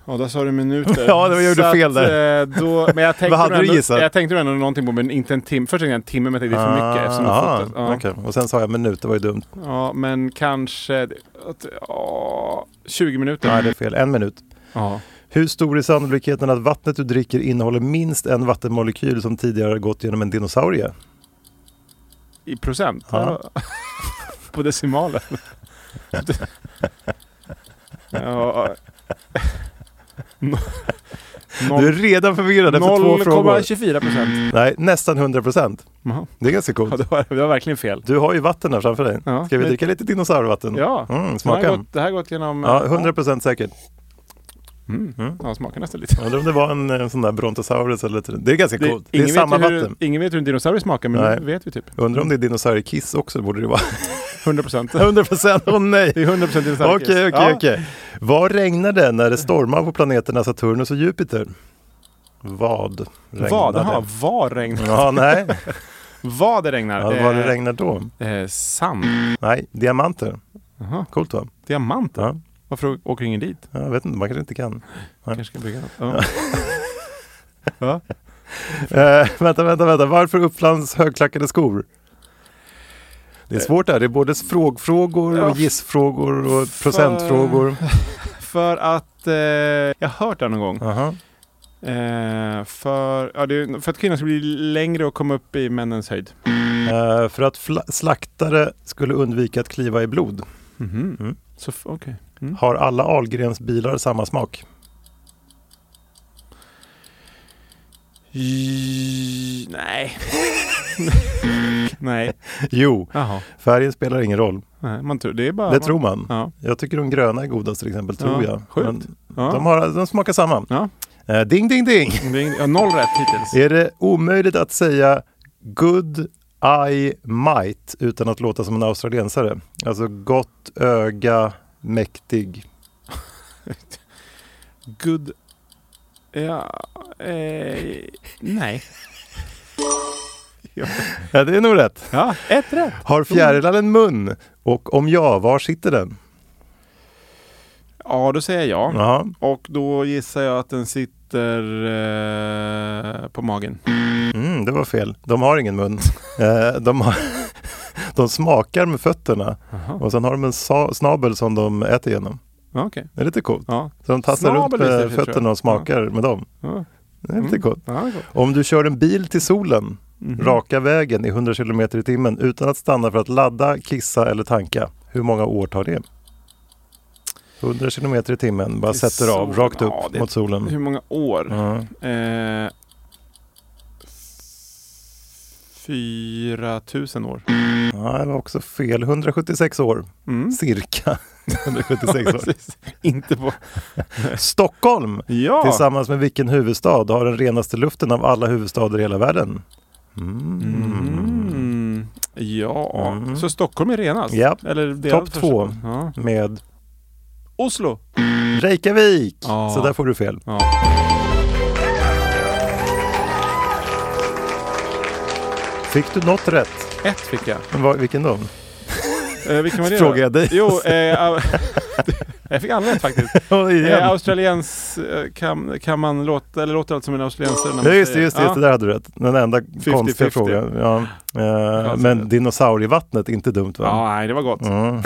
[SPEAKER 1] Ja, där sa du minuter.
[SPEAKER 2] (laughs) Ja, det var- jag gjorde
[SPEAKER 1] Så att,
[SPEAKER 2] fel där.
[SPEAKER 1] eh, Då, men jag
[SPEAKER 2] (laughs)
[SPEAKER 1] tänkte
[SPEAKER 2] Vad hade
[SPEAKER 1] nog
[SPEAKER 2] du
[SPEAKER 1] ändå,
[SPEAKER 2] gissat?
[SPEAKER 1] Jag tänkte nog ändå någonting på, men inte en timme. Först tänkte jag en timme, men jag tänkte det är för mycket eftersom jag fotat. Ja.
[SPEAKER 2] ah, okej. Och sen sa jag minut, det var ju dumt.
[SPEAKER 1] ja, men kanske att- ja, 20 minuter.
[SPEAKER 2] Nej, det är fel. En minut.
[SPEAKER 1] Ja.
[SPEAKER 2] Hur stor är sannolikheten att vattnet du dricker innehåller minst en vattenmolekyl som tidigare gått genom en dinosaurie?
[SPEAKER 1] I procent?
[SPEAKER 2] (laughs) Ja.
[SPEAKER 1] På decimalen?
[SPEAKER 2] (laughs)
[SPEAKER 1] Ja. No-
[SPEAKER 2] Du är redan förvirrad efter två frågor.
[SPEAKER 1] 0,24 procent.
[SPEAKER 2] Nej, nästan 100 procent.
[SPEAKER 1] Jaha.
[SPEAKER 2] Det är ganska
[SPEAKER 1] Ja,
[SPEAKER 2] coolt.
[SPEAKER 1] det, var, det var verkligen fel.
[SPEAKER 2] Du har ju vatten här framför dig.
[SPEAKER 1] Ja,
[SPEAKER 2] Ska vi
[SPEAKER 1] men-
[SPEAKER 2] dricka lite dinosaurvatten?
[SPEAKER 1] Ja,
[SPEAKER 2] Mm,
[SPEAKER 1] det här, har
[SPEAKER 2] smaka.
[SPEAKER 1] gått, det här har gått genom...
[SPEAKER 2] Ja, 100 procent säkert.
[SPEAKER 1] Mm.
[SPEAKER 2] Mm.
[SPEAKER 1] Ja, smakar nästan lite.
[SPEAKER 2] Jag Undrar om det var en, en sån där brontosaurus eller lite. Det är ganska
[SPEAKER 1] Det,
[SPEAKER 2] coolt. Det, är
[SPEAKER 1] ingen,
[SPEAKER 2] samma
[SPEAKER 1] vet ju hur,
[SPEAKER 2] vatten.
[SPEAKER 1] ingen vet hur en dinosaurie smakar, men
[SPEAKER 2] Nej.
[SPEAKER 1] nu vet vi typ.
[SPEAKER 2] Undrar om det är dinosauriekiss också, borde det vara. (laughs)
[SPEAKER 1] 100 procent.
[SPEAKER 2] 100 procent, åh nej!
[SPEAKER 1] Det är 100 procent
[SPEAKER 2] Okej,
[SPEAKER 1] dinosaurie.
[SPEAKER 2] okej, okej. Vad regnar det när det stormar på planeterna Saturnus och Jupiter? Vad regnar
[SPEAKER 1] Vad?
[SPEAKER 2] det?
[SPEAKER 1] Jaha, vad regnar?
[SPEAKER 2] Ja,
[SPEAKER 1] (laughs)
[SPEAKER 2] nej.
[SPEAKER 1] Vad det regnar?
[SPEAKER 2] Ja, vad det
[SPEAKER 1] Eh,
[SPEAKER 2] regnar då?
[SPEAKER 1] Eh, sand.
[SPEAKER 2] Nej, diamanter.
[SPEAKER 1] Jaha.
[SPEAKER 2] Coolt va?
[SPEAKER 1] Diamant.
[SPEAKER 2] Ja,
[SPEAKER 1] Varför åker ingen dit?
[SPEAKER 2] jag vet inte, man kanske inte kan.
[SPEAKER 1] Kanske ska bygga något.
[SPEAKER 2] (laughs)
[SPEAKER 1] Ja. (laughs) Ja.
[SPEAKER 2] Eh, vänta, vänta, vänta. Varför Upplands högklackade skor? Det är svårt där. Det är både frågfrågor
[SPEAKER 1] Ja.
[SPEAKER 2] och gissfrågor och
[SPEAKER 1] För-
[SPEAKER 2] procentfrågor.
[SPEAKER 1] För att eh, jag har hört det här någon gång.
[SPEAKER 2] Aha.
[SPEAKER 1] Eh, för, ja, det är, för att kvinnan ska bli längre och komma upp i männens höjd.
[SPEAKER 2] Eh, för att fla- slaktare skulle undvika att kliva i blod
[SPEAKER 1] Mhm.
[SPEAKER 2] Mm.
[SPEAKER 1] Så f- okej. Mm.
[SPEAKER 2] har alla Ahlgrens bilar samma smak.
[SPEAKER 1] J- Nej. (laughs) Nej.
[SPEAKER 2] Jo,
[SPEAKER 1] Jaha.
[SPEAKER 2] färgen spelar ingen roll.
[SPEAKER 1] Nej, man tror, det är bara...
[SPEAKER 2] Det tror man.
[SPEAKER 1] Ja.
[SPEAKER 2] Jag tycker de gröna är godast till exempel, tror
[SPEAKER 1] Ja,
[SPEAKER 2] jag.
[SPEAKER 1] sjukt.
[SPEAKER 2] Men
[SPEAKER 1] Ja.
[SPEAKER 2] de, har, de smakar samma.
[SPEAKER 1] Ja.
[SPEAKER 2] Eh, ding, ding, ding!
[SPEAKER 1] Det är ing- ja, noll rätt hittills.
[SPEAKER 2] Är det omöjligt att säga good eye might utan att låta som en australiensare? Alltså gott öga, mäktig.
[SPEAKER 1] Good... Ja, eh, nej.
[SPEAKER 2] Ja, det är nog rätt.
[SPEAKER 1] Ja, ett rätt.
[SPEAKER 2] Har fjärilar en mun? Och om ja, var sitter den?
[SPEAKER 1] Ja, då säger jag ja.
[SPEAKER 2] Jaha.
[SPEAKER 1] Och då gissar jag att den sitter eh, på magen.
[SPEAKER 2] Mm, det var fel. De har ingen mun. (laughs) Eh, De, har, (laughs) de smakar med fötterna
[SPEAKER 1] Jaha.
[SPEAKER 2] och sen har de en sa- snabel som de äter genom.
[SPEAKER 1] Ja, Okej.
[SPEAKER 2] Det är lite coolt.
[SPEAKER 1] Ja.
[SPEAKER 2] Så de tassar
[SPEAKER 1] Snabel
[SPEAKER 2] runt
[SPEAKER 1] visste
[SPEAKER 2] med
[SPEAKER 1] jag för sig, tror jag.
[SPEAKER 2] fötterna och smakar med dem.
[SPEAKER 1] Ja.
[SPEAKER 2] Det är lite
[SPEAKER 1] Mm. Mhm.
[SPEAKER 2] coolt.
[SPEAKER 1] Ja, det är gott.
[SPEAKER 2] Om du kör en bil till solen raka vägen i 100 km i timmen utan att stanna för att ladda, kissa eller tanka. Hur många år tar det? 100 km i timmen, bara
[SPEAKER 1] Till
[SPEAKER 2] sätter av
[SPEAKER 1] solen.
[SPEAKER 2] rakt upp
[SPEAKER 1] Ja, det-
[SPEAKER 2] mot
[SPEAKER 1] Hur
[SPEAKER 2] solen.
[SPEAKER 1] många år?
[SPEAKER 2] Ja.
[SPEAKER 1] Eh, 4 000 år. (laughs)
[SPEAKER 2] Ja, det var också fel. 176 år,
[SPEAKER 1] Mm. (laughs)
[SPEAKER 2] cirka. 176 år.
[SPEAKER 1] Precis. Inte på...
[SPEAKER 2] Stockholm!
[SPEAKER 1] Ja!
[SPEAKER 2] Tillsammans med vilken huvudstad har den renaste luften av alla huvudstäder i hela världen? Mm.
[SPEAKER 1] Mm. Ja,
[SPEAKER 2] Mm.
[SPEAKER 1] så Stockholm är renast?
[SPEAKER 2] Ja.
[SPEAKER 1] Eller delad
[SPEAKER 2] Topp
[SPEAKER 1] första
[SPEAKER 2] två.
[SPEAKER 1] plats. Ja.
[SPEAKER 2] Med
[SPEAKER 1] Oslo!
[SPEAKER 2] Reykjavik!
[SPEAKER 1] Ja.
[SPEAKER 2] Så där får du fel.
[SPEAKER 1] Ja.
[SPEAKER 2] Fick du något rätt?
[SPEAKER 1] Ett fick jag.
[SPEAKER 2] Men vad- Vilken
[SPEAKER 1] (laughs)
[SPEAKER 2] då?
[SPEAKER 1] Eh, vilken var det då?
[SPEAKER 2] Frågar jag dig.
[SPEAKER 1] Jo, eh, au- (laughs) jag fick alla rätt faktiskt.
[SPEAKER 2] Oj, (laughs) igen.
[SPEAKER 1] Eh, australiens eh, kan, kan man låta, eller låter allt som en australiensare när
[SPEAKER 2] Ja
[SPEAKER 1] man
[SPEAKER 2] just det,
[SPEAKER 1] säger-
[SPEAKER 2] just det, just det där hade du rätt. Den enda konstiga
[SPEAKER 1] 50-50.
[SPEAKER 2] frågan. Ja. Eh,
[SPEAKER 1] Alltså, det-
[SPEAKER 2] men dinosaurievattnet, inte dumt
[SPEAKER 1] Ja.
[SPEAKER 2] va?
[SPEAKER 1] ja, nej det var gott.
[SPEAKER 2] Mm.
[SPEAKER 1] Ja.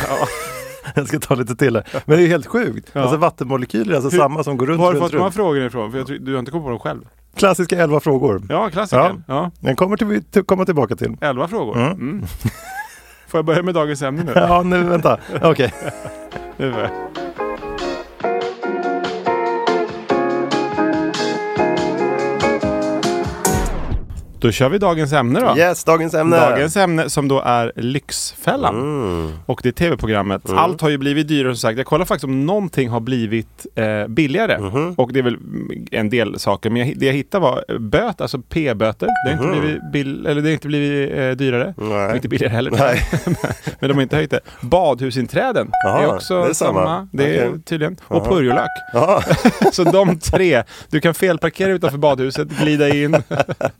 [SPEAKER 2] (laughs) Jag ska ta lite till här. Men det är helt sjukt.
[SPEAKER 1] Ja.
[SPEAKER 2] Alltså vattenmolekyler, alltså
[SPEAKER 1] Hur-
[SPEAKER 2] samma som går runt,
[SPEAKER 1] Var har du
[SPEAKER 2] runt,
[SPEAKER 1] fått de här
[SPEAKER 2] runt.
[SPEAKER 1] frågorna ifrån? För jag tror, du har inte kommit på dem själv?
[SPEAKER 2] Klassiska elva frågor.
[SPEAKER 1] Ja, klassiker. Ja.
[SPEAKER 2] Den kommer till, till, komma tillbaka till.
[SPEAKER 1] Elva frågor.
[SPEAKER 2] Mm.
[SPEAKER 1] Mm. (laughs) Får jag börja med dagens ämne
[SPEAKER 2] (laughs)
[SPEAKER 1] nu?
[SPEAKER 2] Ja, nu vänta. Okej.
[SPEAKER 1] Nu får jag. Då kör vi dagens ämne då.
[SPEAKER 2] Yes, dagens ämne.
[SPEAKER 1] Dagens ämne som då är Lyxfällan.
[SPEAKER 2] Mm.
[SPEAKER 1] Och det är tv-programmet. Allt har ju blivit dyrare som sagt. Jag kollar faktiskt om någonting har blivit eh, billigare.
[SPEAKER 2] Mhm.
[SPEAKER 1] Och det är väl mm, en del saker. Men jag, det jag hittade var eh, böt, alltså p-böter. Det har inte blivit, bill- eller det har inte blivit eh, dyrare.
[SPEAKER 2] Mhm. Nej.
[SPEAKER 1] Det är inte billigare heller.
[SPEAKER 2] Nej.
[SPEAKER 1] (laughs) Men de har inte höjt det. Badhusinträden
[SPEAKER 2] Jaha,
[SPEAKER 1] är också
[SPEAKER 2] det är samma.
[SPEAKER 1] samma. Det är
[SPEAKER 2] Okej.
[SPEAKER 1] tydligen. Och
[SPEAKER 2] Jaha. (laughs)
[SPEAKER 1] purjolök.
[SPEAKER 2] Ja,
[SPEAKER 1] Så de tre. Du kan felparkera utanför badhuset, glida
[SPEAKER 2] (laughs)
[SPEAKER 1] in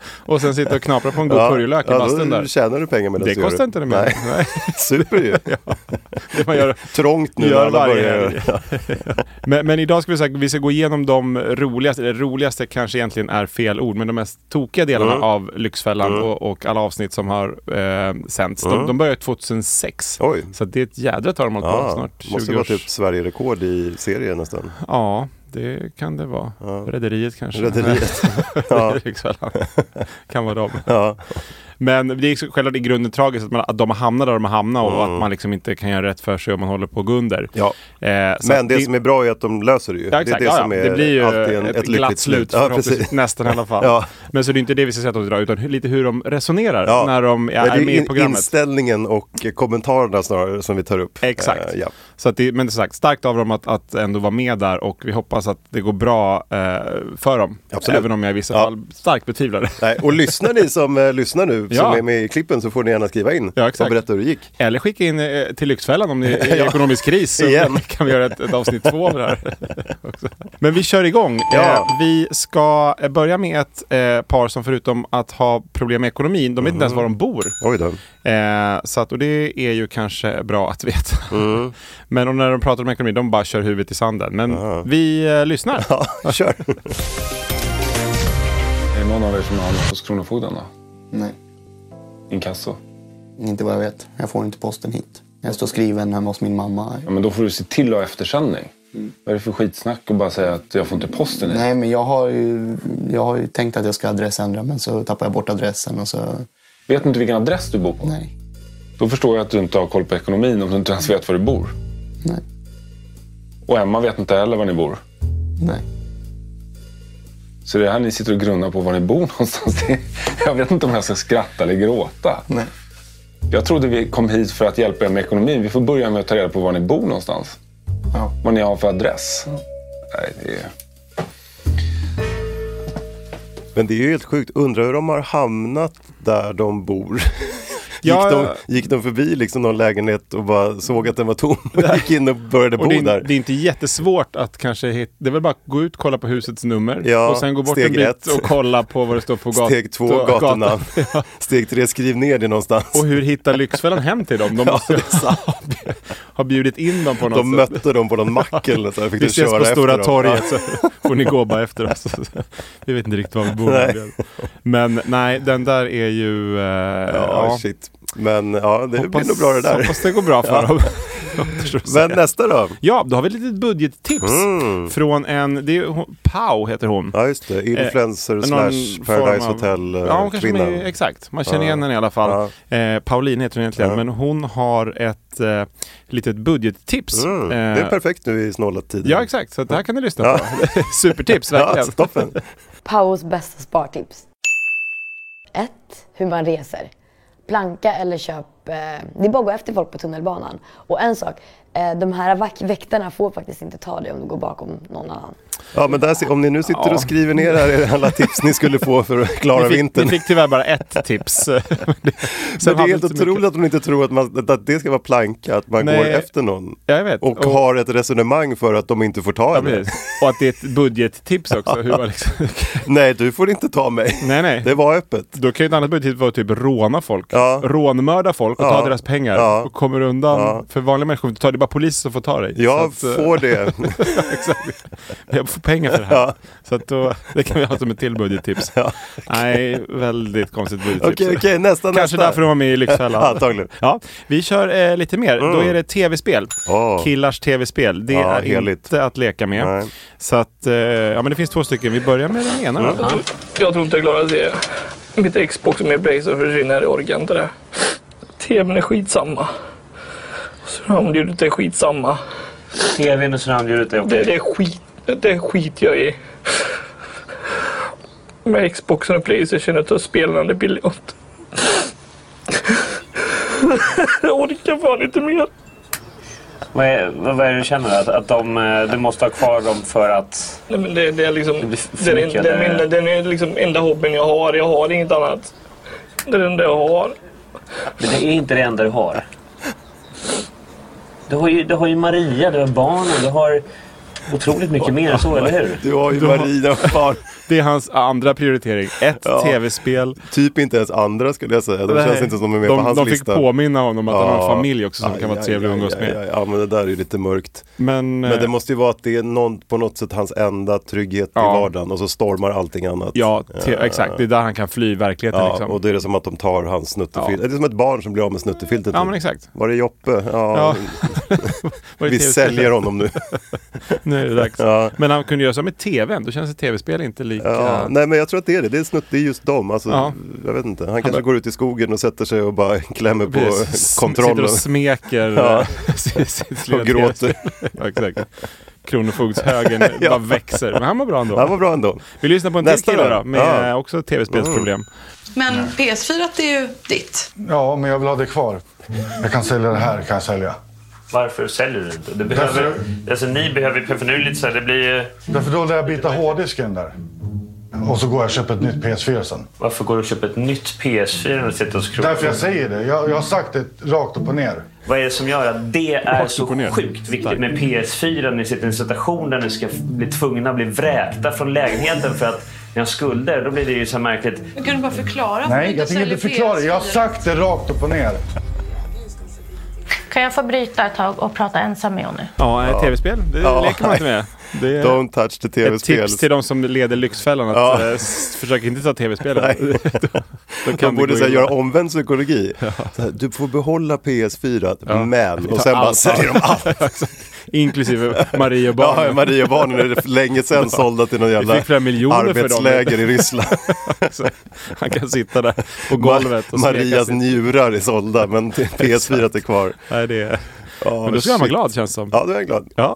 [SPEAKER 1] och sen sitta och knapra på en god purjolök i bastun där.
[SPEAKER 2] tjänar du pengar med
[SPEAKER 1] Det kostar inte det mer. Nej.
[SPEAKER 2] Super
[SPEAKER 1] (laughs)
[SPEAKER 2] ju.
[SPEAKER 1] Det man gör,
[SPEAKER 2] Trångt
[SPEAKER 1] gör varje helg. (laughs) men, men idag ska vi, säkert, vi ska gå igenom de roligaste, eller roligaste kanske egentligen är fel ord, men de mest tokiga delarna av Lyxfällan och, och alla avsnitt som har eh, sänts. De, de började 2006.
[SPEAKER 3] Oj.
[SPEAKER 1] Så att det är ett jädra tag de har hållit på, snart 20
[SPEAKER 3] måste vara
[SPEAKER 1] års... Alltså,
[SPEAKER 3] typ Sverigerekord i serien nästan.
[SPEAKER 1] Ja, det kan det vara. Rederiet kanske. (laughs)
[SPEAKER 3] Rederiet.
[SPEAKER 1] Ja. Lyxfällan. kan vara dem.
[SPEAKER 3] Ja.
[SPEAKER 1] Men det är liksom- självklart i grunden tragiskt att, man, att de hamnar där de hamnar och att man liksom inte kan göra rätt för sig om man håller på och går under.
[SPEAKER 2] Mm. Ja.
[SPEAKER 1] Eh, så
[SPEAKER 2] Men
[SPEAKER 1] att
[SPEAKER 2] det, som är bra är att de löser det ju.
[SPEAKER 1] Ja, exakt.
[SPEAKER 2] det
[SPEAKER 1] Det,
[SPEAKER 2] är
[SPEAKER 1] ja,
[SPEAKER 2] det
[SPEAKER 1] ja.
[SPEAKER 2] som är
[SPEAKER 1] det blir ju
[SPEAKER 2] alltid en,
[SPEAKER 1] ett, glatt slut
[SPEAKER 2] Ja,
[SPEAKER 1] förhoppningsvis,
[SPEAKER 2] precis.
[SPEAKER 1] nästan i alla
[SPEAKER 2] (laughs)
[SPEAKER 1] fall.
[SPEAKER 2] Ja.
[SPEAKER 1] Men så det är inte det vi ska säga att de drar, utan hur, lite hur de resonerar
[SPEAKER 2] Ja.
[SPEAKER 1] när de är,
[SPEAKER 2] Men det är
[SPEAKER 1] är med
[SPEAKER 2] ju
[SPEAKER 1] i
[SPEAKER 2] in,
[SPEAKER 1] programmet.
[SPEAKER 2] inställningen och kommentarerna snarare som vi tar upp.
[SPEAKER 1] Exakt.
[SPEAKER 2] Eh, ja.
[SPEAKER 1] Så att det, men det är sagt, starkt av dem att, att ändå vara med där och vi hoppas att det går bra eh, för dem.
[SPEAKER 2] Absolut.
[SPEAKER 1] Även om jag i vissa
[SPEAKER 2] Ja.
[SPEAKER 1] fall starkt betvivlar det.
[SPEAKER 2] Nej, och lyssnar ni som eh, lyssnar nu, som
[SPEAKER 1] Ja.
[SPEAKER 2] är med i klippen, så får ni gärna skriva in
[SPEAKER 1] Ja, exakt.
[SPEAKER 2] och berätta hur det gick.
[SPEAKER 1] Eller skicka in eh, till Lyxfällan
[SPEAKER 2] (laughs)
[SPEAKER 1] om ni är i
[SPEAKER 2] Ja.
[SPEAKER 1] ekonomisk kris. Så
[SPEAKER 2] Igen.
[SPEAKER 1] (laughs) kan vi göra ett, ett avsnitt två av det
[SPEAKER 2] (laughs)
[SPEAKER 1] här. också. Men vi kör igång.
[SPEAKER 2] Ja.
[SPEAKER 1] Eh, vi ska eh, börja med ett eh, par som förutom att ha problem med ekonomin, de vet inte ens var de bor.
[SPEAKER 2] Oj då.
[SPEAKER 1] Eh, så att, och det är ju kanske bra att veta.
[SPEAKER 2] Mm.
[SPEAKER 1] (laughs) Men och när de pratar om ekonomi, de bara kör huvudet i sanden. Men vi eh, lyssnar.
[SPEAKER 2] (laughs) Ja, kör.
[SPEAKER 4] Är det någon av er som har hamnat hos Kronofogden då?
[SPEAKER 5] Nej,
[SPEAKER 4] Inkasso?
[SPEAKER 5] inte vad jag vet. Jag får inte posten hit. Jag står skriven hemma hos min mamma.
[SPEAKER 4] Ja, men då får du se till att ha eftersändning. Vad är det för skitsnack att bara säga att jag får inte posten hit?
[SPEAKER 5] Mm. Nej, men jag har, ju, jag har ju tänkt att jag ska adressändra, men så tappar jag bort adressen och så...
[SPEAKER 4] Vet du inte vilken adress du bor på?
[SPEAKER 5] Nej,
[SPEAKER 4] Då förstår jag att du inte har koll på ekonomin om du inte ens vet var du bor.
[SPEAKER 5] nej,
[SPEAKER 4] Och Emma vet inte heller var ni bor.
[SPEAKER 5] nej.
[SPEAKER 4] Så det är här ni sitter och grunnar på var ni bor (laughs) någonstans. Det- Jag vet inte om jag ska skratta eller gråta.
[SPEAKER 5] nej.
[SPEAKER 4] Jag trodde vi kom hit för att hjälpa er med ekonomin. Vi får börja med att ta reda på var ni bor någonstans.
[SPEAKER 5] Ja.
[SPEAKER 4] Vad ni har för adress. Nej, det är...
[SPEAKER 2] Men det är ju helt sjukt. Undrar hur de har hamnat där de bor. (laughs) Gick,
[SPEAKER 1] Ja,
[SPEAKER 2] de, gick de förbi liksom någon lägenhet och bara såg att den var
[SPEAKER 1] (laughs)
[SPEAKER 2] tom och gick in och började
[SPEAKER 1] Och
[SPEAKER 2] bo
[SPEAKER 1] det, är,
[SPEAKER 2] där?
[SPEAKER 1] det är inte jättesvårt att kanske hitta, det är väl bara att gå ut, kolla på husets nummer
[SPEAKER 2] Ja,
[SPEAKER 1] och sen gå bort en
[SPEAKER 2] steg
[SPEAKER 1] bit
[SPEAKER 2] ett.
[SPEAKER 1] och kolla på vad det står på gatan.
[SPEAKER 2] (laughs) Steg två, (laughs)
[SPEAKER 1] (laughs)
[SPEAKER 2] gatorna. Steg tre, skriv ner det någonstans.
[SPEAKER 1] Och hur hittar Lyxfällan hem
[SPEAKER 2] (laughs)
[SPEAKER 1] till dem? De måste ju
[SPEAKER 2] det är sant.
[SPEAKER 1] (laughs) ha bjudit in dem på något
[SPEAKER 2] De
[SPEAKER 1] sätt.
[SPEAKER 2] mötte dem på någon mack eller så. här, Fick
[SPEAKER 1] Vi
[SPEAKER 2] de
[SPEAKER 1] ses
[SPEAKER 2] köra
[SPEAKER 1] på
[SPEAKER 2] efter
[SPEAKER 1] Stora
[SPEAKER 2] dem.
[SPEAKER 1] torget så (laughs) får ni gå bara
[SPEAKER 2] (laughs)
[SPEAKER 1] efter oss. Vi vet inte riktigt var vi bor.
[SPEAKER 2] Nej.
[SPEAKER 1] Men nej, den där är ju... eh,
[SPEAKER 2] Ja, shit. Men ja, det blir nog bra det där.
[SPEAKER 1] Hoppas det går bra
[SPEAKER 2] (laughs)
[SPEAKER 1] för dem. Jag tror så.
[SPEAKER 2] Men nästa då?
[SPEAKER 1] Ja, då har vi ett litet budgettips från en, det är, hon- Pau heter hon.
[SPEAKER 2] Ja, just det. Influencer slash
[SPEAKER 1] Eh, form
[SPEAKER 2] Paradise
[SPEAKER 1] av-
[SPEAKER 2] Hotel eh,
[SPEAKER 1] Ja, hon kanske
[SPEAKER 2] kvinna.
[SPEAKER 1] är, exakt. Man känner igen henne i alla fall. Eh, Pauline heter hon egentligen, men hon har ett eh, litet budgettips.
[SPEAKER 2] Mm. Det
[SPEAKER 1] Eh,
[SPEAKER 2] är perfekt nu i snåla tider.
[SPEAKER 1] Ja, exakt. Så det här kan ni lyssna på. (laughs) Supertips,
[SPEAKER 2] Ja,
[SPEAKER 1] verkligen.
[SPEAKER 2] alltså, toppen.
[SPEAKER 6] Paos bästa spartips. 1. Hur man reser. Planka eller köp... Eh, det är bara att gå efter folk på tunnelbanan. Och en sak. Eh, de här vak- väktarna får faktiskt inte ta dig om du går bakom någon annan.
[SPEAKER 2] Ja, men där, ser- om ni nu sitter och skriver ner här är det alla tips ni skulle få för att klara
[SPEAKER 1] Ni fick,
[SPEAKER 2] vintern.
[SPEAKER 1] ni fick tyvärr bara ett tips. (laughs) Sen
[SPEAKER 2] Men det
[SPEAKER 1] hade
[SPEAKER 2] är
[SPEAKER 1] vi
[SPEAKER 2] helt
[SPEAKER 1] inte så mycket.
[SPEAKER 2] otroligt att de inte tror att, man, att det ska vara planka, att man
[SPEAKER 1] Nej.
[SPEAKER 2] går efter någon.
[SPEAKER 1] Ja, jag vet.
[SPEAKER 2] Och, har ett resonemang för att de inte får ta
[SPEAKER 1] Ja,
[SPEAKER 2] henne.
[SPEAKER 1] precis. och att det är ett budgettips också. Hur man liksom...
[SPEAKER 2] (laughs)
[SPEAKER 1] (laughs)
[SPEAKER 2] Nej, du får inte ta mig.
[SPEAKER 1] Nej, nej.
[SPEAKER 2] Det var öppet.
[SPEAKER 1] Då kan ju ett annat budgettips vara typ råna folk.
[SPEAKER 2] Ja.
[SPEAKER 1] Rånmörda folk och
[SPEAKER 2] Ja.
[SPEAKER 1] ta deras pengar.
[SPEAKER 2] Ja.
[SPEAKER 1] Och kommer undan. För vanliga människor får inte ta det. är bara polisen som får ta dig.
[SPEAKER 2] Jag
[SPEAKER 1] Så att, eh,
[SPEAKER 2] får det.
[SPEAKER 1] (laughs) Exakt. Men jag får pengar för det här. Så att då, det kan vi ha som ett till budgettips. Nej, väldigt konstigt budgettips.
[SPEAKER 2] Okej, okej, nästa,
[SPEAKER 1] Kanske
[SPEAKER 2] nästa.
[SPEAKER 1] därför de var med i Lyxfällan.
[SPEAKER 2] Antagligen.
[SPEAKER 1] Ja, vi kör eh, lite mer. Då är det tv-spel.
[SPEAKER 2] Ja.
[SPEAKER 1] Killars tv-spel. Det
[SPEAKER 2] Ja,
[SPEAKER 1] är
[SPEAKER 2] heligt.
[SPEAKER 1] inte att leka med.
[SPEAKER 2] Nej.
[SPEAKER 1] Så att, eh, ja men det finns två stycken. Vi börjar med den ena.
[SPEAKER 2] Mm.
[SPEAKER 1] då.
[SPEAKER 7] Jag tror inte jag klarar det. Mitt Xbox och min Playstation försvinner. Jag orkar inte det. TVn är skitsamma. Surroundljudet är skitsamma.
[SPEAKER 8] TVn och surroundljudet är
[SPEAKER 7] Det,
[SPEAKER 8] okej.
[SPEAKER 7] det, är skit, det är skit jag i. Med Xboxen och Playstation och spelarna är billigt. (laughs) Jag orkar fan inte mer.
[SPEAKER 8] Vad, är, vad vad är det du känner? Att, att de, eh, du måste ha kvar dem för att...
[SPEAKER 7] Nej, men det, det är liksom...
[SPEAKER 8] blir för
[SPEAKER 7] Den,
[SPEAKER 8] mycket,
[SPEAKER 7] den,
[SPEAKER 8] eller?
[SPEAKER 7] den, den är liksom enda hobbyn jag har. Jag har inget annat. Det är den enda jag har.
[SPEAKER 8] Men det är inte det enda du har. Du har ju, du har ju Maria, du har barnen, du har otroligt mycket mer än så, eller hur?
[SPEAKER 2] Du har ju Maria, fan.
[SPEAKER 1] Det är hans andra prioritering. Ett tv-spel.
[SPEAKER 2] Typ inte ens andra skulle jag säga. De känns inte som de är med
[SPEAKER 1] de,
[SPEAKER 2] på hans
[SPEAKER 1] de fick
[SPEAKER 2] lista.
[SPEAKER 1] påminna honom att han har
[SPEAKER 2] Ja.
[SPEAKER 1] en familj också som kan vara
[SPEAKER 2] Aj,
[SPEAKER 1] trevlig att
[SPEAKER 2] aj,
[SPEAKER 1] umgås
[SPEAKER 2] aj,
[SPEAKER 1] med.
[SPEAKER 2] aj, aj. Ja, men det där är ju lite mörkt.
[SPEAKER 1] Men,
[SPEAKER 2] Men det
[SPEAKER 1] eh,
[SPEAKER 2] måste ju vara att det är någon, på något sätt hans enda trygghet
[SPEAKER 1] Ja.
[SPEAKER 2] i vardagen och så stormar allting annat. Eh,
[SPEAKER 1] Ja, te- exakt. Det är där han kan fly verkligheten.
[SPEAKER 2] Ja,
[SPEAKER 1] liksom.
[SPEAKER 2] och då är det som att de tar hans snuttefilter. Det är som ett barn som blir av med typ. snuttefiltret.
[SPEAKER 1] ja
[SPEAKER 2] nu.
[SPEAKER 1] men exakt.
[SPEAKER 2] Var det Joppe? Ja,
[SPEAKER 1] Ja. Var
[SPEAKER 2] vi
[SPEAKER 1] det TV-spelet? (laughs)
[SPEAKER 2] säljer honom nu.
[SPEAKER 1] Nu nu är det
[SPEAKER 2] (laughs)
[SPEAKER 1] dags. Men han kunde göra så med TVn, då känns ett tv-spel inte lika...
[SPEAKER 2] Ja, nej men jag tror att det är det. Det är, snutt, det är just dem. Alltså,
[SPEAKER 1] Ja.
[SPEAKER 2] Jag vet inte. Han, kanske går ut i skogen och sätter sig och bara (laughs) klämmer på
[SPEAKER 1] Precis.
[SPEAKER 2] kontrollen.
[SPEAKER 1] Sitter och smeker
[SPEAKER 2] Ja.
[SPEAKER 1] ja. (laughs) sitt sitt lilla
[SPEAKER 2] och
[SPEAKER 1] (laughs)
[SPEAKER 2] gråter.
[SPEAKER 1] tv-spel. ja, exakt.
[SPEAKER 2] (laughs)
[SPEAKER 1] Kronofogdshögen
[SPEAKER 2] Ja.
[SPEAKER 1] bara växer. Men han var bra ändå.
[SPEAKER 2] Han var bra ändå.
[SPEAKER 1] Vi lyssnar på en
[SPEAKER 2] Nästa
[SPEAKER 1] till kille
[SPEAKER 2] då.
[SPEAKER 1] då, med eh,
[SPEAKER 2] Ja. Mm.
[SPEAKER 1] också tv-spelsproblem.
[SPEAKER 9] Men PS4 det är ju ditt.
[SPEAKER 10] Ja, men jag vill ha det kvar. Jag kan sälja det här, kan jag sälja.
[SPEAKER 8] Varför säljer du inte? Du behöver, alltså, ni behöver, för nu är det lite så här, det blir ju...
[SPEAKER 10] Därför då lär jag byta hårddisken där. Och så går jag och köper ett nytt PS4 sen.
[SPEAKER 8] Varför går du och köper ett nytt PS4 när du sitter och scrollar?
[SPEAKER 10] Därför jag säger det. Jag, jag har sagt det rakt upp och ner.
[SPEAKER 8] Vad är det som gör att det är
[SPEAKER 10] Rakt
[SPEAKER 8] så
[SPEAKER 10] upp och ner.
[SPEAKER 8] sjukt viktigt med PS4? Ni sitter i en situation där ni ska bli tvungna att bli vräkta från lägenheten för att ni har skulder. Då blir det ju så här märkligt.
[SPEAKER 9] Men kan du bara förklara? varför du
[SPEAKER 10] Nej, jag tänker inte
[SPEAKER 9] säljer
[SPEAKER 10] förklara det. Jag har
[SPEAKER 9] PS4?
[SPEAKER 10] sagt det rakt upp och ner.
[SPEAKER 11] Kan jag få bryta ett tag och prata ensam med Jonny?
[SPEAKER 1] Ja, eh, tv-spel. Det
[SPEAKER 2] Ja.
[SPEAKER 1] leker man
[SPEAKER 2] (laughs)
[SPEAKER 1] inte med. Det är
[SPEAKER 2] Don't touch the
[SPEAKER 1] Ett
[SPEAKER 2] tv-spel.
[SPEAKER 1] tips till de som leder Lyxfällan att
[SPEAKER 2] Ja.
[SPEAKER 1] eh, s- försök inte ta tv-spelet.
[SPEAKER 2] (laughs) Nej.
[SPEAKER 1] Då- (laughs) då kan
[SPEAKER 2] De
[SPEAKER 1] det gå
[SPEAKER 2] borde så här,
[SPEAKER 1] illa.
[SPEAKER 2] göra omvänd
[SPEAKER 1] (laughs)
[SPEAKER 2] psykologi. Så här, Du får behålla PS4, men... Och sen bara säljer
[SPEAKER 1] (laughs)
[SPEAKER 2] de allt.
[SPEAKER 1] Inklusive Marie och barnen.
[SPEAKER 2] Ja, Marie och barnen är det länge
[SPEAKER 1] (laughs)
[SPEAKER 2] sedan sålda till någon jävla
[SPEAKER 1] Vi fick flera miljoner för dem.
[SPEAKER 2] arbetsläger i Ryssland.
[SPEAKER 1] Så Han kan sitta där (laughs) på golvet och
[SPEAKER 2] Ma- Marias
[SPEAKER 1] smeka sitt-
[SPEAKER 2] njurar är sålda,
[SPEAKER 1] (laughs)
[SPEAKER 2] men PS4 är kvar.
[SPEAKER 1] Nej, det är... Men då ska man vara glad känns det som.
[SPEAKER 2] Ja, Mm. då är jag glad.
[SPEAKER 1] Ja.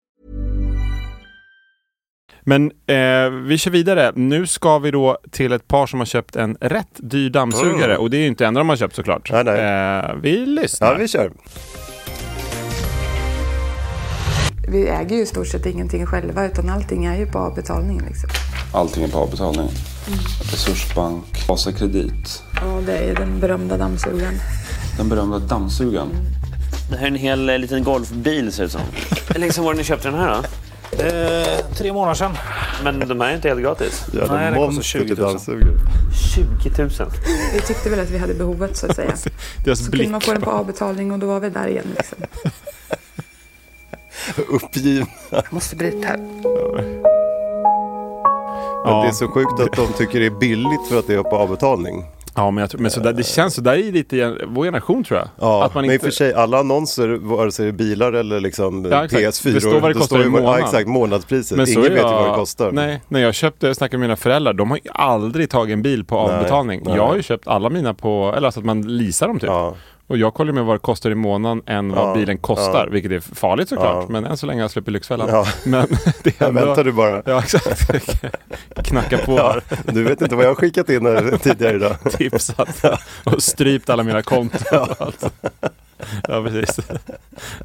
[SPEAKER 1] Men eh, vi kör vidare. Nu ska vi då till ett par som har köpt en rätt dyr dammsugare.
[SPEAKER 2] Mm.
[SPEAKER 1] Och det är ju inte enda de har köpt såklart. Eh, vi lyssnar.
[SPEAKER 2] Ja, vi kör.
[SPEAKER 12] Vi äger ju i stort sett ingenting själva utan allting är ju på avbetalning. Liksom.
[SPEAKER 4] Allting är på avbetalning.
[SPEAKER 12] Mm.
[SPEAKER 4] Resursbank, Vasakredit,
[SPEAKER 12] Och det är ju den berömda dammsugaren.
[SPEAKER 4] den berömda dammsugaren.
[SPEAKER 13] Det här är en hel eh, liten golfbil ser det ut
[SPEAKER 8] (laughs)
[SPEAKER 13] som. Hur länge sedan var det ni köpte den här då? Eh, tre månader sedan. Men de här är inte helt gratis?
[SPEAKER 2] Ja, det är monster
[SPEAKER 13] typ
[SPEAKER 2] till dammsugare.
[SPEAKER 13] 20 000.
[SPEAKER 12] Vi tyckte väl att vi hade behovet så att säga.
[SPEAKER 2] Deras
[SPEAKER 12] Så kunde man få den på avbetalning och då var vi där igen. Liksom.
[SPEAKER 2] Uppgivna.
[SPEAKER 12] Måste bryta.
[SPEAKER 2] Men det är så sjukt att de tycker det är billigt för att det är på avbetalning.
[SPEAKER 1] Ja, men, jag tror, men så där, det känns så där är lite gen- vår generation tror jag.
[SPEAKER 2] Ja,
[SPEAKER 1] Att man
[SPEAKER 2] men i och
[SPEAKER 1] inte-
[SPEAKER 2] för sig alla annonser, vare sig det är bilar eller liksom
[SPEAKER 1] Ja, exakt.
[SPEAKER 2] PS4.
[SPEAKER 1] Det står vad det kostar i
[SPEAKER 2] ju-
[SPEAKER 1] månaden.
[SPEAKER 2] Ja, exakt, månadspriset.
[SPEAKER 1] Men så
[SPEAKER 2] Ingen
[SPEAKER 1] är
[SPEAKER 2] vet ju vad det
[SPEAKER 1] jag-
[SPEAKER 2] kostar.
[SPEAKER 1] Nej, när jag köpte, jag snackade med mina föräldrar, de har ju aldrig tagit en bil på
[SPEAKER 2] Nej,
[SPEAKER 1] avbetalning.
[SPEAKER 2] nej.
[SPEAKER 1] Jag har ju köpt alla mina på, eller alltså att man leasar dem typ. Och jag kollar med vad det kostar i månaden än vad
[SPEAKER 2] Ja,
[SPEAKER 1] bilen kostar,
[SPEAKER 2] ja.
[SPEAKER 1] vilket är farligt
[SPEAKER 2] Ja.
[SPEAKER 1] såklart. Men än så länge har jag sluppit Lyxfällan.
[SPEAKER 2] Ja.
[SPEAKER 1] Men (laughs) det är
[SPEAKER 2] Här
[SPEAKER 1] ändå...
[SPEAKER 2] väntar du bara.
[SPEAKER 1] Ja, exakt. (laughs) Knacka på.
[SPEAKER 2] Ja, du vet inte vad jag har skickat in här tidigare idag.
[SPEAKER 1] Tipsat (laughs) och strypt alla mina konton.
[SPEAKER 2] Ja.
[SPEAKER 1] och allt. (laughs) Ja, precis.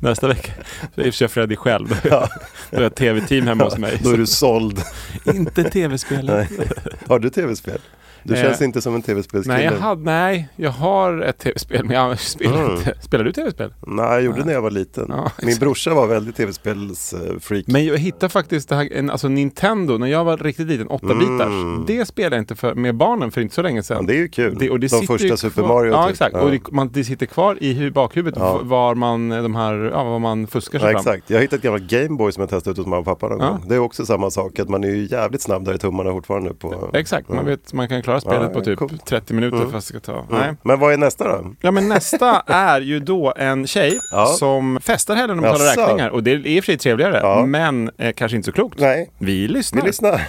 [SPEAKER 1] Nästa vecka så är jag i och för sig Freddy själv.
[SPEAKER 2] Ja.
[SPEAKER 1] Då är jag ett tv-team hemma hos mig.
[SPEAKER 2] Då är du såld.
[SPEAKER 1] Inte tv-spelet.
[SPEAKER 2] Nej. Har du tv-spel? Du känns
[SPEAKER 1] Eh,
[SPEAKER 2] inte som en tv-spelskille.
[SPEAKER 1] Nej jag, hade, nej, jag har ett tv-spel, men jag spelar
[SPEAKER 2] Mm.
[SPEAKER 1] inte. Spelar du tv-spel?
[SPEAKER 2] Nej, jag gjorde det när jag var liten. Min brorsa var väldigt tv-spelsfreak.
[SPEAKER 1] Men jag hittade faktiskt det här, en, alltså Nintendo, när jag var riktigt liten, 8-bitars.
[SPEAKER 2] Mm.
[SPEAKER 1] Det spelade jag inte för, med barnen för inte så länge sedan.
[SPEAKER 2] det är ju kul.
[SPEAKER 1] Det, och det
[SPEAKER 2] De
[SPEAKER 1] sitter ju
[SPEAKER 2] första Super
[SPEAKER 1] kvar-
[SPEAKER 2] Mario,
[SPEAKER 1] Ja,
[SPEAKER 2] typ.
[SPEAKER 1] exakt.
[SPEAKER 2] Ja.
[SPEAKER 1] Och det, man, det sitter kvar i hu- bakhuvudet
[SPEAKER 2] Ja.
[SPEAKER 1] v- var, man, eh, de här, ja, var man fuskar sig
[SPEAKER 2] Ja,
[SPEAKER 1] fram.
[SPEAKER 2] exakt. Jag har hittat ett gammalt Gameboy som jag testade ut hos mamma och pappa någon
[SPEAKER 1] Ja.
[SPEAKER 2] gång. Det är också samma sak, att man är ju jävligt snabb där i tummarna fortfarande. På,
[SPEAKER 1] Exakt, man
[SPEAKER 2] Mm.
[SPEAKER 1] vet man kan klara spelet
[SPEAKER 2] Ja,
[SPEAKER 1] på typ
[SPEAKER 2] coolt.
[SPEAKER 1] 30 minuter
[SPEAKER 2] Mm.
[SPEAKER 1] för att det ska ta.
[SPEAKER 2] Mm.
[SPEAKER 1] Nej.
[SPEAKER 2] Men vad är nästa då?
[SPEAKER 1] Ja
[SPEAKER 2] (laughs)
[SPEAKER 1] men nästa är ju då en tjej som festar helgen och betalar
[SPEAKER 2] Jaså?
[SPEAKER 1] räkningar. Och det är i och för sig trevligare, men eh, kanske inte så klokt. Nej. Vi lyssnar. Vi
[SPEAKER 2] lyssnar.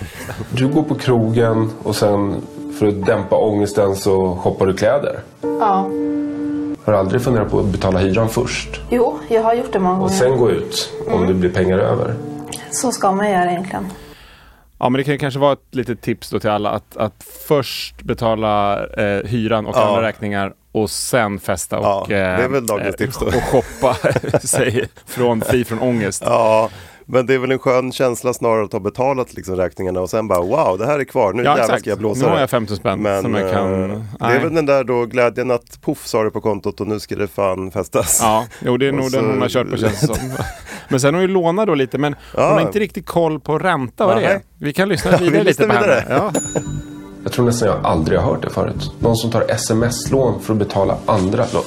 [SPEAKER 4] Du går på krogen och sen för att dämpa ångesten så shoppar du kläder.
[SPEAKER 14] Ja.
[SPEAKER 4] Har du aldrig funderat på att betala hyran först?
[SPEAKER 15] Jo, jag har gjort det många
[SPEAKER 4] Och
[SPEAKER 15] gånger.
[SPEAKER 4] sen gå ut om det blir pengar över?
[SPEAKER 15] Så ska man göra egentligen.
[SPEAKER 1] Ja, men det kan ju kanske vara ett litet tips då till alla att, att först betala eh, hyran och
[SPEAKER 2] Ja.
[SPEAKER 1] andra räkningar och sen festa
[SPEAKER 2] Ja,
[SPEAKER 1] och,
[SPEAKER 2] det är väl dagens
[SPEAKER 1] eh,
[SPEAKER 2] tips då.
[SPEAKER 1] och shoppa (laughs) sig från, fri från ångest.
[SPEAKER 2] Ja, men det är väl en skön känsla snarare att ha betalat liksom räkningarna och sen bara wow, det här är kvar, nu
[SPEAKER 1] Ja,
[SPEAKER 2] jävlar
[SPEAKER 1] exakt.
[SPEAKER 2] ska jag blåsa
[SPEAKER 1] Nu har
[SPEAKER 2] det.
[SPEAKER 1] jag 15 spänn
[SPEAKER 2] men,
[SPEAKER 1] som jag kan-
[SPEAKER 2] eh, Det
[SPEAKER 1] nej.
[SPEAKER 2] är väl den där då glädjen att poff sa det på kontot och nu ska det fan festas.
[SPEAKER 1] Ja, jo, det är
[SPEAKER 2] Och
[SPEAKER 1] nog
[SPEAKER 2] så-
[SPEAKER 1] den hon har kört på känns det som. (laughs) Men sen har hon ju lånat då lite, men
[SPEAKER 2] Ja.
[SPEAKER 1] hon har inte riktigt koll på ränta vad det är.
[SPEAKER 4] Nej.
[SPEAKER 1] Vi
[SPEAKER 2] (laughs)
[SPEAKER 1] kan lyssna
[SPEAKER 4] Ja,
[SPEAKER 1] vidare
[SPEAKER 4] vi
[SPEAKER 1] lite
[SPEAKER 4] lyssnar
[SPEAKER 1] på henne.
[SPEAKER 4] vidare.
[SPEAKER 1] Ja.
[SPEAKER 4] Jag tror nästan jag aldrig har hört det förut. Någon som tar sms-lån för att betala andra lån.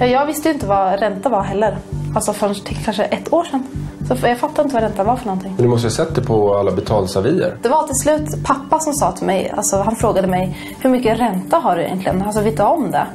[SPEAKER 15] Ja, Jag visste ju inte vad ränta var heller. Alltså förrän till kanske ett år sedan. Så för- jag fattade inte vad ränta var för någonting.
[SPEAKER 4] Men du måste ha sett det på alla betalsavier.
[SPEAKER 15] Det var till slut pappa som sa till mig, alltså han frågade mig hur mycket ränta har du egentligen? Alltså vet du om det?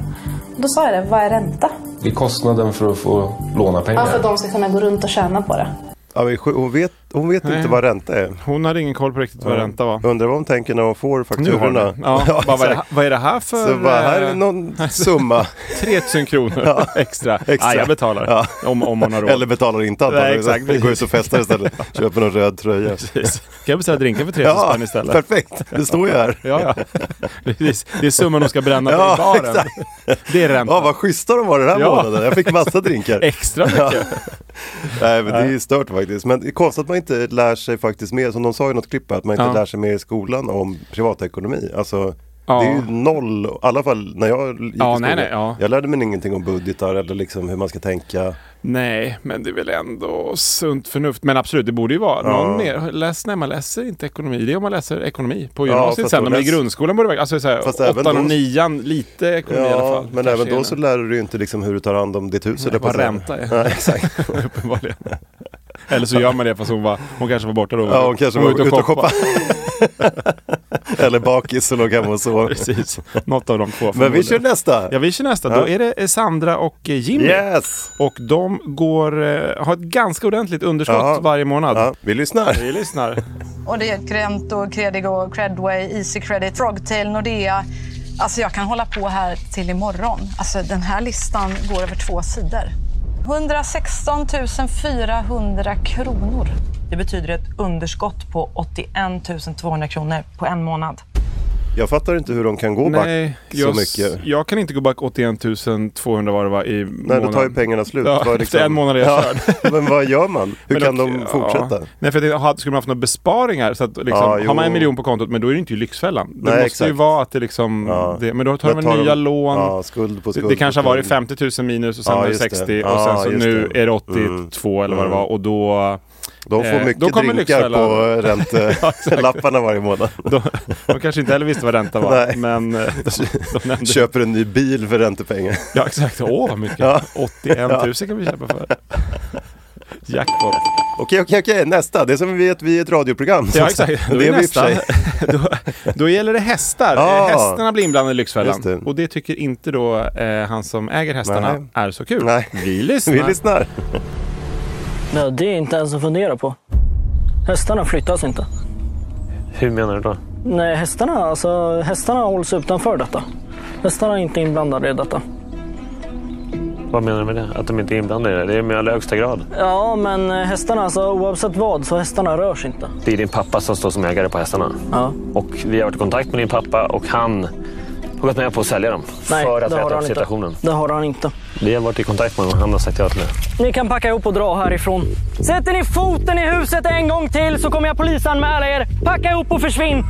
[SPEAKER 15] Då sa jag det, vad är ränta?
[SPEAKER 4] Det är kostnaden för att få låna pengar.
[SPEAKER 15] Ja,
[SPEAKER 16] Alltså,
[SPEAKER 15] för att de ska kunna gå runt och tjäna på det.
[SPEAKER 2] Ja, men sj- hon vet, hon vet
[SPEAKER 1] Nej.
[SPEAKER 2] inte vad ränta är.
[SPEAKER 1] Hon hade ingen koll på riktigt vad ränta var.
[SPEAKER 2] Undrar vad hon tänker när hon får
[SPEAKER 1] Nu har hon
[SPEAKER 2] fakturorna.
[SPEAKER 1] det. ja, bara, vad, är det, här-
[SPEAKER 2] exakt.
[SPEAKER 1] vad är det här för...
[SPEAKER 2] Så bara, här är
[SPEAKER 1] eh,
[SPEAKER 2] någon
[SPEAKER 1] (laughs)
[SPEAKER 2] summa.
[SPEAKER 1] 3000 kronor
[SPEAKER 2] Ja.
[SPEAKER 1] (laughs) extra. Ja, jag betalar. Om, om man har råd.
[SPEAKER 2] Eller betalar inte
[SPEAKER 1] Nej,
[SPEAKER 2] antagligen.
[SPEAKER 1] exakt.
[SPEAKER 2] Vi går ut och festar
[SPEAKER 1] (laughs)
[SPEAKER 2] istället. Köper någon röd tröja.
[SPEAKER 1] Precis. Kan jag beställa drinkar för 3000
[SPEAKER 2] Ja,
[SPEAKER 1] spänn istället?
[SPEAKER 2] perfekt. Det står ju här.
[SPEAKER 1] Ja,
[SPEAKER 2] (laughs)
[SPEAKER 1] ja. Precis. Det är summan de ska bränna på
[SPEAKER 2] Ja,
[SPEAKER 1] i baren.
[SPEAKER 2] exakt.
[SPEAKER 1] Det är ränta.
[SPEAKER 2] Ja, vad schyssta de var den här
[SPEAKER 1] Ja.
[SPEAKER 2] månaden. Jag fick massa
[SPEAKER 1] (laughs)
[SPEAKER 2] drinkar.
[SPEAKER 1] Extra mycket.
[SPEAKER 2] Nej, men det är ju stört faktiskt. Men det är konstigt att man inte lär sig faktiskt mer, som de sa i något klipp, här, att man inte
[SPEAKER 1] Ja.
[SPEAKER 2] lär sig mer i skolan om privatekonomi. Alltså,
[SPEAKER 1] Ja.
[SPEAKER 2] Det är ju noll, i alla fall när jag gick
[SPEAKER 1] Ja,
[SPEAKER 2] i skolan.
[SPEAKER 1] nej, nej, ja.
[SPEAKER 2] Jag lärde mig ingenting om budgetar eller liksom hur man ska tänka.
[SPEAKER 1] Nej, men det är väl ändå sunt förnuft. Men absolut, det borde ju vara
[SPEAKER 2] Ja.
[SPEAKER 1] någon mer. Läs, nej, man läser inte ekonomi. Det är om man läser ekonomi på
[SPEAKER 2] Ja,
[SPEAKER 1] gymnasiet
[SPEAKER 2] fast
[SPEAKER 1] sen.
[SPEAKER 2] då
[SPEAKER 1] Men i
[SPEAKER 2] läs-
[SPEAKER 1] grundskolan borde det vara, alltså så här,
[SPEAKER 2] Fast även
[SPEAKER 1] åttan och
[SPEAKER 2] då-
[SPEAKER 1] nian, lite ekonomi i alla fall.
[SPEAKER 2] men
[SPEAKER 1] Kanske
[SPEAKER 2] även då
[SPEAKER 1] är
[SPEAKER 2] så lär du dig ju inte liksom hur du tar hand om ditt hus. eller
[SPEAKER 1] vad ränta är.
[SPEAKER 2] Ja, exakt.
[SPEAKER 1] (laughs) Uppenbarligen. Eller så gör man det fast hon, var, hon kanske var borta då.
[SPEAKER 2] Ja, hon kanske var ute och shoppade. Eller bakis och låg hemma och sov.
[SPEAKER 1] (laughs) Precis, något av de två.
[SPEAKER 2] Men vi kör nästa.
[SPEAKER 1] Ja, vi kör nästa.
[SPEAKER 2] Ja.
[SPEAKER 1] Då är det Sandra och eh, Jimmy.
[SPEAKER 2] Yes!
[SPEAKER 1] Och de går, eh, har ett ganska ordentligt underskott
[SPEAKER 2] Ja.
[SPEAKER 1] varje månad.
[SPEAKER 2] Ja, vi lyssnar.
[SPEAKER 1] Vi lyssnar.
[SPEAKER 9] Och det är Cremto, Credigo, Credway, Easy Credit, Frogtail, Nordea. Alltså jag kan hålla på här till imorgon. Alltså den här listan går över två sidor. 116 400 kronor.
[SPEAKER 17] Det betyder ett underskott på 81 200 kronor på en månad.
[SPEAKER 2] Jag fattar inte hur de kan gå
[SPEAKER 1] Nej,
[SPEAKER 2] back så
[SPEAKER 1] jag, s-
[SPEAKER 2] mycket.
[SPEAKER 1] jag kan inte gå back 81 200 var det va, i
[SPEAKER 2] Nej,
[SPEAKER 1] månaden.
[SPEAKER 2] då tar ju pengarna slut.
[SPEAKER 1] Ja,
[SPEAKER 2] Vad
[SPEAKER 1] (laughs) efter
[SPEAKER 2] liksom-
[SPEAKER 1] en månad är jag
[SPEAKER 2] (laughs)
[SPEAKER 1] körd.
[SPEAKER 2] Men vad gör
[SPEAKER 1] (laughs)
[SPEAKER 2] man? Hur
[SPEAKER 1] Men
[SPEAKER 2] kan
[SPEAKER 1] dock,
[SPEAKER 2] de
[SPEAKER 1] ja.
[SPEAKER 2] fortsätta?
[SPEAKER 1] Nej, för jag tänkte, aha, skulle man haft några besparingar? Så att, liksom,
[SPEAKER 2] Ja,
[SPEAKER 1] har man en
[SPEAKER 2] jo.
[SPEAKER 1] miljon på kontot, men då är det inte i Lyxfällan. Det
[SPEAKER 2] Nej,
[SPEAKER 1] måste ju
[SPEAKER 2] exakt.
[SPEAKER 1] vara att det liksom... Det, men då tar
[SPEAKER 2] Men
[SPEAKER 1] de väl nya
[SPEAKER 2] de-
[SPEAKER 1] lån.
[SPEAKER 2] Ja, skuld på skuld.
[SPEAKER 1] det, det kanske
[SPEAKER 2] på
[SPEAKER 1] har varit
[SPEAKER 2] skuld.
[SPEAKER 1] 50 000 minus och sen
[SPEAKER 2] Ja,
[SPEAKER 1] var det
[SPEAKER 2] just det.
[SPEAKER 1] 60 och
[SPEAKER 2] Ja,
[SPEAKER 1] sen så
[SPEAKER 2] just
[SPEAKER 1] nu
[SPEAKER 2] det. Mm.
[SPEAKER 1] är det 82 eller vad det var och då...
[SPEAKER 2] De får
[SPEAKER 1] eh,
[SPEAKER 2] mycket
[SPEAKER 1] då kommer
[SPEAKER 2] drinkar
[SPEAKER 1] Lyxfällan.
[SPEAKER 2] på
[SPEAKER 1] (laughs) Ja, exakt.
[SPEAKER 2] räntelapparna varje månad.
[SPEAKER 1] De, (laughs) de kanske inte heller visste vad ränta var,
[SPEAKER 2] Nej. (laughs)
[SPEAKER 1] men eh, de, de nämnde...
[SPEAKER 2] Köper en ny bil för räntepengar.
[SPEAKER 1] Ja, exakt. Åh, vad mycket. 81 000 kan vi
[SPEAKER 2] (laughs)
[SPEAKER 1] köpa för. Jackpot.
[SPEAKER 2] Okej, okej, okej, nästa. Det är som vi vet, vi är ett radioprogram.
[SPEAKER 1] Ja, exakt. Då
[SPEAKER 2] (laughs) Det
[SPEAKER 1] är
[SPEAKER 2] är vi i och för
[SPEAKER 1] nästa.
[SPEAKER 2] sig.
[SPEAKER 1] då, (laughs) då gäller det hästar.
[SPEAKER 2] Ja.
[SPEAKER 1] Eh, Hästarna blir inblandade i Lyxfällan.
[SPEAKER 2] Just det.
[SPEAKER 1] Och det tycker inte då eh, han som äger hästarna
[SPEAKER 2] Nej.
[SPEAKER 1] är så kul.
[SPEAKER 2] Nej.
[SPEAKER 1] Vi lyssnar.
[SPEAKER 2] Vi lyssnar.
[SPEAKER 16] Nej, det är inte ens att fundera på. Hästarna flyttas inte.
[SPEAKER 7] Hur menar du då?
[SPEAKER 16] Nej, hästarna, alltså, hästarna hålls utanför detta. Hästarna är inte inblandade i detta.
[SPEAKER 7] Vad menar du med det? Att de inte är inblandade i det? Det är med allra högsta grad.
[SPEAKER 16] Ja, men eh, hästarna, alltså, oavsett vad, så hästarna rörs inte.
[SPEAKER 7] Det är din pappa som står som ägare på hästarna. Och vi har varit i kontakt med din pappa och han har gått med på att sälja dem.
[SPEAKER 16] Nej,
[SPEAKER 7] för att
[SPEAKER 16] det
[SPEAKER 7] rätta
[SPEAKER 16] har han
[SPEAKER 7] upp
[SPEAKER 16] inte.
[SPEAKER 7] situationen.
[SPEAKER 16] Det har han inte.
[SPEAKER 7] Vi har varit i kontakt med honom och han har sagt ja till det.
[SPEAKER 16] Ni kan packa ihop och dra härifrån. Sätter ni foten i huset en gång till så kommer jag polisanmäla er. Packa ihop och försvinn.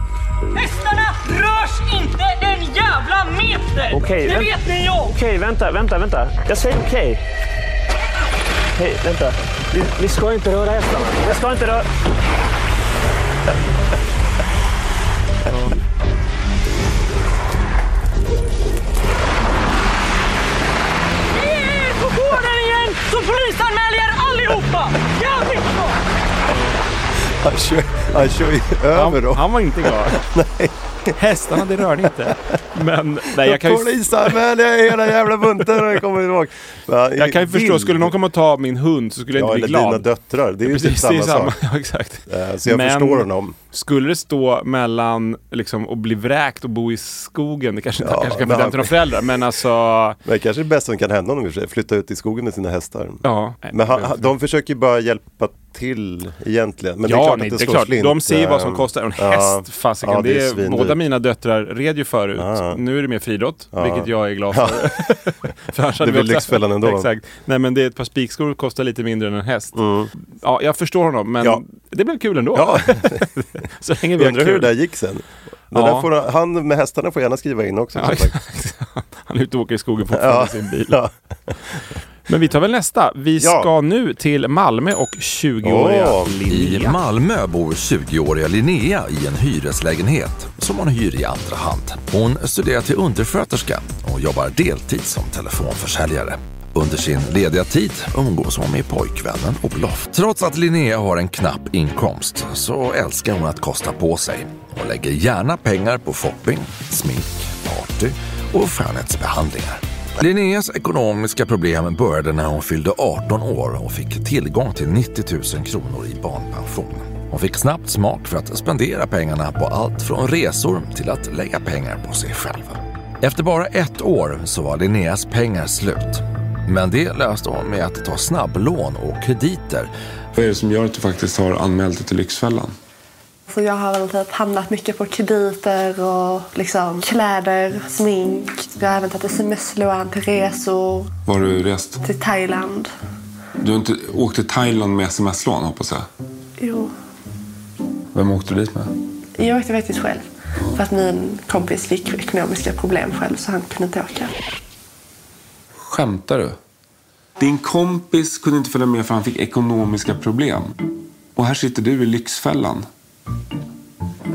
[SPEAKER 16] Hästarna rörs inte en jävla meter!
[SPEAKER 7] Okej, vänt-
[SPEAKER 16] ni jag!
[SPEAKER 7] Okej, vänta, vänta, vänta. Jag säger okej. Hej, vänta. Vi, vi ska inte röra hästarna. Jag ska inte röra...
[SPEAKER 16] Ni är på gården igen så polisanmäler er allihopa! Jävligt bra!
[SPEAKER 2] Han kör, han kör ju över dem.
[SPEAKER 1] Han var inte glad.
[SPEAKER 2] (laughs) Nej.
[SPEAKER 1] Hästarna, det rör ni inte. Men nej, jag kan ju...
[SPEAKER 2] Polisanmäler jag hela jävla
[SPEAKER 1] (laughs)
[SPEAKER 2] bunten när jag kommer tillbaka.
[SPEAKER 1] Jag kan ju förstå, skulle någon komma och ta min hund så skulle jag
[SPEAKER 2] Ja, eller
[SPEAKER 1] inte bli glad.
[SPEAKER 2] dina döttrar. Det är ju
[SPEAKER 1] Precis,
[SPEAKER 2] typ samma,
[SPEAKER 1] det är samma-
[SPEAKER 2] sak.
[SPEAKER 1] (laughs) Ja, exakt.
[SPEAKER 2] Eh, Så jag
[SPEAKER 1] Men-
[SPEAKER 2] förstår honom.
[SPEAKER 1] Skulle det stå mellan liksom, att bli vräkt och bo i skogen, det kanske inte kanske
[SPEAKER 2] men
[SPEAKER 1] kan få den
[SPEAKER 2] han-
[SPEAKER 1] till några föräldrar, men alltså...
[SPEAKER 2] Det är kanske det bästa som kan hända honom i och för sig, flytta ut i skogen med sina hästar.
[SPEAKER 1] Ja.
[SPEAKER 2] Men han, han, de försöker ju bara hjälpa till egentligen. Men det är
[SPEAKER 1] ja,
[SPEAKER 2] klart
[SPEAKER 1] nej,
[SPEAKER 2] att det,
[SPEAKER 1] det är
[SPEAKER 2] slår
[SPEAKER 1] klart.
[SPEAKER 2] slint.
[SPEAKER 1] De ser vad som
[SPEAKER 2] Eh,
[SPEAKER 1] kostar. (laughs) En
[SPEAKER 2] ja.
[SPEAKER 1] häst, fasiken.
[SPEAKER 2] Ja,
[SPEAKER 1] det är
[SPEAKER 2] svindyrt.
[SPEAKER 1] båda mina döttrar red ju förut. Nu är det mer friidrott,
[SPEAKER 2] Ja.
[SPEAKER 1] vilket jag är glad
[SPEAKER 2] Ja.
[SPEAKER 1] för.
[SPEAKER 2] (laughs)
[SPEAKER 1] för annars hade
[SPEAKER 2] Det blir
[SPEAKER 1] vi också-
[SPEAKER 2] Lyxfällan ändå.
[SPEAKER 1] Exakt. Nej, men det är ett par spikskor kostar lite mindre än en häst. Ja, jag förstår honom, men
[SPEAKER 2] Mm. Ja.
[SPEAKER 1] det blev kul ändå.
[SPEAKER 2] Ja.
[SPEAKER 1] (laughs) Så länge vi har
[SPEAKER 2] Undrar hur
[SPEAKER 1] kul.
[SPEAKER 2] det där gick sen. Det
[SPEAKER 1] Ja.
[SPEAKER 2] där får, han- han med hästarna får gärna skriva in också. som
[SPEAKER 1] Ja, (laughs)
[SPEAKER 2] sagt.
[SPEAKER 1] Han är ute och åker i skogen fortfarande
[SPEAKER 2] Ja.
[SPEAKER 1] i sin bil. Men vi tar väl nästa. Vi
[SPEAKER 18] Ja.
[SPEAKER 1] ska nu till Malmö och 20-åriga
[SPEAKER 18] I
[SPEAKER 1] Linnea.
[SPEAKER 18] Malmö bor 20-åriga Linnea i en hyreslägenhet som hon hyr i andra hand. Hon studerar till undersköterska och jobbar deltid som telefonförsäljare. Under sin lediga tid umgås hon med pojkvännen Olof. Trots att Linnea har en knapp inkomst så älskar hon att kosta på sig. Hon lägger gärna pengar på shopping, smink, party och skönhetsbehandlingar. Linneas ekonomiska problem började när hon fyllde 18 år och fick tillgång till 90 000 kronor i barnpension. Hon fick snabbt smak för att spendera pengarna på allt från resor till att lägga pengar på sig själv. Efter bara ett år så var Linneas pengar slut. Men det löste hon med att ta snabblån och krediter.
[SPEAKER 4] Vad är det som gör att du faktiskt har anmält dig till Lyxfällan?
[SPEAKER 19] Så jag har väl typ hamnat mycket på krediter och liksom kläder, smink. Jag har även tagit sms-lån till resor
[SPEAKER 4] Var har du rest?
[SPEAKER 19] till Thailand.
[SPEAKER 4] Du har inte åkt till Thailand med sms-lån hoppas jag?
[SPEAKER 19] Jo,
[SPEAKER 4] Vem åkte du dit med?
[SPEAKER 19] jag åkte faktiskt själv. För att min kompis fick ekonomiska problem själv så han kunde inte åka.
[SPEAKER 4] Skämtar du? Din kompis kunde inte följa med för han fick ekonomiska problem. Och här sitter du i Lyxfällan.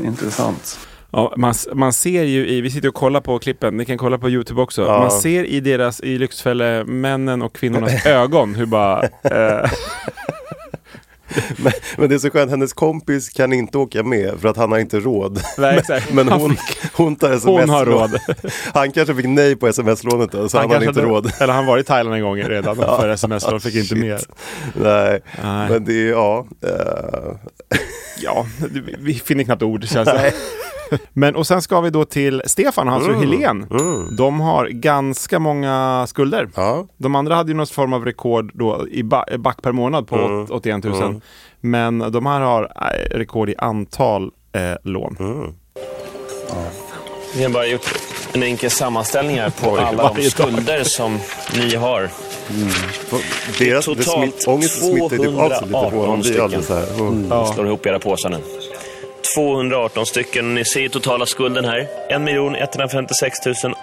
[SPEAKER 4] Intressant.
[SPEAKER 1] Ja, man, man ser ju i, vi sitter och kollar på klippen, ni kan kolla på Youtube också.
[SPEAKER 2] Ja.
[SPEAKER 1] Man ser i deras, i Lyxfälle, männen och
[SPEAKER 2] (laughs)
[SPEAKER 1] kvinnornas ögon hur bara... Eh,
[SPEAKER 2] men, men det är så skönt, hennes kompis kan inte åka med för att han har inte råd.
[SPEAKER 1] (laughs) Nej, exakt.
[SPEAKER 2] men
[SPEAKER 1] Han
[SPEAKER 2] hon, hon tar sms-lån.
[SPEAKER 1] Hon har råd.
[SPEAKER 2] (laughs) Han kanske fick nej på sms-lånet då, så han, hade
[SPEAKER 1] kanske
[SPEAKER 2] inte
[SPEAKER 1] hade-
[SPEAKER 2] råd.
[SPEAKER 1] Eller han var i Thailand en gång redan
[SPEAKER 2] (laughs) Ja, Ah,
[SPEAKER 1] för sms-lån, fick inte
[SPEAKER 2] shit.
[SPEAKER 1] mer.
[SPEAKER 2] Nej,
[SPEAKER 1] Nej.
[SPEAKER 2] men det är, ja. eh, (laughs)
[SPEAKER 1] Ja, vi- vi finner knappt ord känns det. (laughs) Men och sen ska vi då till Stefan och hans fru
[SPEAKER 2] Mm.
[SPEAKER 1] Helen. De har ganska många skulder. De andra hade ju någon form av rekord då i ba- eh, back per månad på
[SPEAKER 2] Mm.
[SPEAKER 1] åt- 81 000.
[SPEAKER 2] Mm.
[SPEAKER 1] Men de här har eh, rekord i antal eh, lån.
[SPEAKER 2] Mm.
[SPEAKER 8] Vi har bara gjort en enkel sammanställning här på
[SPEAKER 1] Oj,
[SPEAKER 8] alla
[SPEAKER 1] varje
[SPEAKER 8] de
[SPEAKER 1] dag.
[SPEAKER 8] skulder som ni har.
[SPEAKER 2] Deras det
[SPEAKER 8] Totalt
[SPEAKER 2] smitt, ångesten smittar ju typ av sig lite på honom.
[SPEAKER 8] 218
[SPEAKER 2] Det är
[SPEAKER 8] stycken.
[SPEAKER 2] alldeles så här.
[SPEAKER 8] Mm.
[SPEAKER 2] Ja.
[SPEAKER 8] Slår ihop era påsar nu. 218 stycken. Ni ser ju totala skulden här. 1 156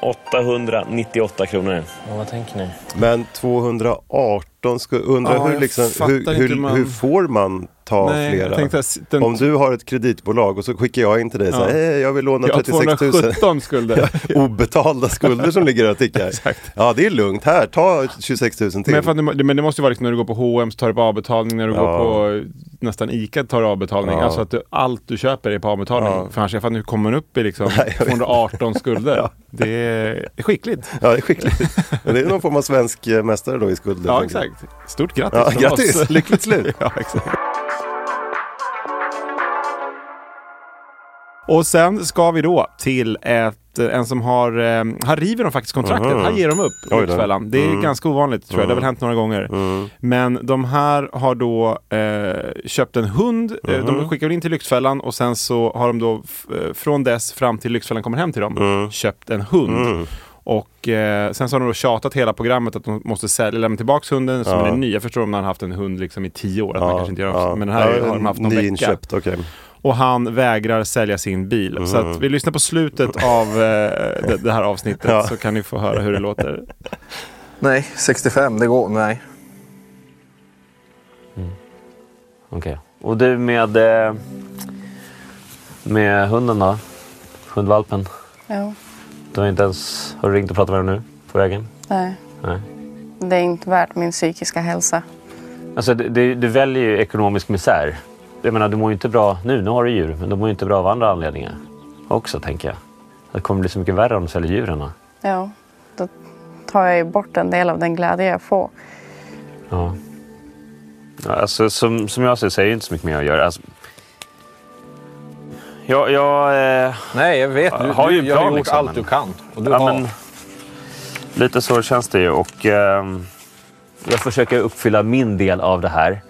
[SPEAKER 8] 898 kronor. vad tänker ni?
[SPEAKER 2] Men 218, sku- undrar
[SPEAKER 8] Ja,
[SPEAKER 2] hur,
[SPEAKER 8] jag
[SPEAKER 2] liksom,
[SPEAKER 8] fattar
[SPEAKER 2] hur,
[SPEAKER 8] inte
[SPEAKER 2] hur,
[SPEAKER 8] hur man-
[SPEAKER 2] hur får man ta
[SPEAKER 1] Nej, jag
[SPEAKER 2] flera?
[SPEAKER 1] tänkte att den-
[SPEAKER 2] Om du har ett kreditbolag och så skickar jag in till dig så
[SPEAKER 1] Ja.
[SPEAKER 2] här, "Hej, jag vill låna
[SPEAKER 1] Jag har
[SPEAKER 2] 36 000. (laughs)
[SPEAKER 1] 217 skulder.
[SPEAKER 2] Obetalda skulder som ligger och tickar. Ja, det är lugnt. Här, ta 26 000 till.
[SPEAKER 1] Men, för att du, men det måste ju vara liksom när du går på H&M så tar du på avbetalning, när du
[SPEAKER 2] Ja.
[SPEAKER 1] går på eh, nästan ICA tar du avbetalning.
[SPEAKER 2] Ja.
[SPEAKER 1] Alltså att du, allt du köper är på avbetalning. För annars, jag fattar, nu kommer man upp
[SPEAKER 2] (laughs)
[SPEAKER 1] i liksom
[SPEAKER 2] Nej, jag vet.
[SPEAKER 1] 218
[SPEAKER 2] (laughs)
[SPEAKER 1] skulder. Det är skickligt.
[SPEAKER 2] Ja, det är skickligt. Men det är någon form av svensk eh, mästare då i skulder.
[SPEAKER 1] Ja,
[SPEAKER 2] tänker jag.
[SPEAKER 1] exakt. Stort grattis
[SPEAKER 2] Ja,
[SPEAKER 1] från
[SPEAKER 2] grattis.
[SPEAKER 1] oss.
[SPEAKER 2] Lyckligt slut.
[SPEAKER 1] (laughs) ja, exakt. Och sen ska vi då till ett, en som har, eh, här river de faktiskt kontraktet.
[SPEAKER 2] Mhm.
[SPEAKER 1] Här ger de upp
[SPEAKER 2] Oj då.
[SPEAKER 1] Lyxfällan. Det är
[SPEAKER 2] Mm.
[SPEAKER 1] ganska ovanligt tror jag. Det har väl
[SPEAKER 2] Mm.
[SPEAKER 1] hänt några gånger. Men de här har då eh, köpt en hund. Eh, De
[SPEAKER 2] Mhm.
[SPEAKER 1] skickar väl in till Lyxfällan och sen så har de då f- eh, från dess fram till Lyxfällan kommer hem till dem köpt en hund.
[SPEAKER 2] Mm.
[SPEAKER 1] Och eh, sen så har de då tjatat hela programmet att de måste sälja, lämna tillbaka hunden som
[SPEAKER 2] Ja.
[SPEAKER 1] är ny. Jag förstår om han har haft en hund liksom i tio år, att man
[SPEAKER 2] Ja,
[SPEAKER 1] kanske inte gör
[SPEAKER 2] ja.
[SPEAKER 1] Men den här
[SPEAKER 2] Ja,
[SPEAKER 1] har de haft någon vecka.
[SPEAKER 2] nyinköpt, okej.
[SPEAKER 1] Och han vägrar sälja sin bil. Så
[SPEAKER 2] Mm.
[SPEAKER 1] att vi lyssnar på slutet av eh, det, det här avsnittet
[SPEAKER 20] Ja.
[SPEAKER 1] så kan ni få höra hur det låter.
[SPEAKER 20] Nej, 65, det går. Nej.
[SPEAKER 8] Okej. Och du med, eh, med hunden då? Hundvalpen?
[SPEAKER 20] Ja,
[SPEAKER 8] Du har inte ens... Har du ringt och pratat med den nu? På vägen?
[SPEAKER 20] nej.
[SPEAKER 8] Nej.
[SPEAKER 20] Det är inte värt min psykiska hälsa.
[SPEAKER 8] Alltså, du, du, du väljer ju ekonomisk misär. Jag menar, du mår ju inte bra nu. Nu har du djur, men du mår ju inte bra av andra anledningar också, tänker jag. Det kommer bli så mycket värre om du säljer djuren. då.
[SPEAKER 20] Ja, då tar jag ju bort en del av den glädje jag får.
[SPEAKER 8] Ja. ja alltså, som, som jag ser det så är det inte så mycket mer att göra. Alltså,
[SPEAKER 21] Jag, jag, eh,
[SPEAKER 22] Nej, jag vet. Du,
[SPEAKER 21] har ju en
[SPEAKER 22] du, jag har
[SPEAKER 21] plan
[SPEAKER 22] gjort
[SPEAKER 21] liksom,
[SPEAKER 22] allt
[SPEAKER 21] men-
[SPEAKER 22] du kan. Och du
[SPEAKER 21] ja,
[SPEAKER 22] har...
[SPEAKER 21] men, lite så känns det ju. Och, ehm,
[SPEAKER 8] Jag försöker uppfylla min del av det här.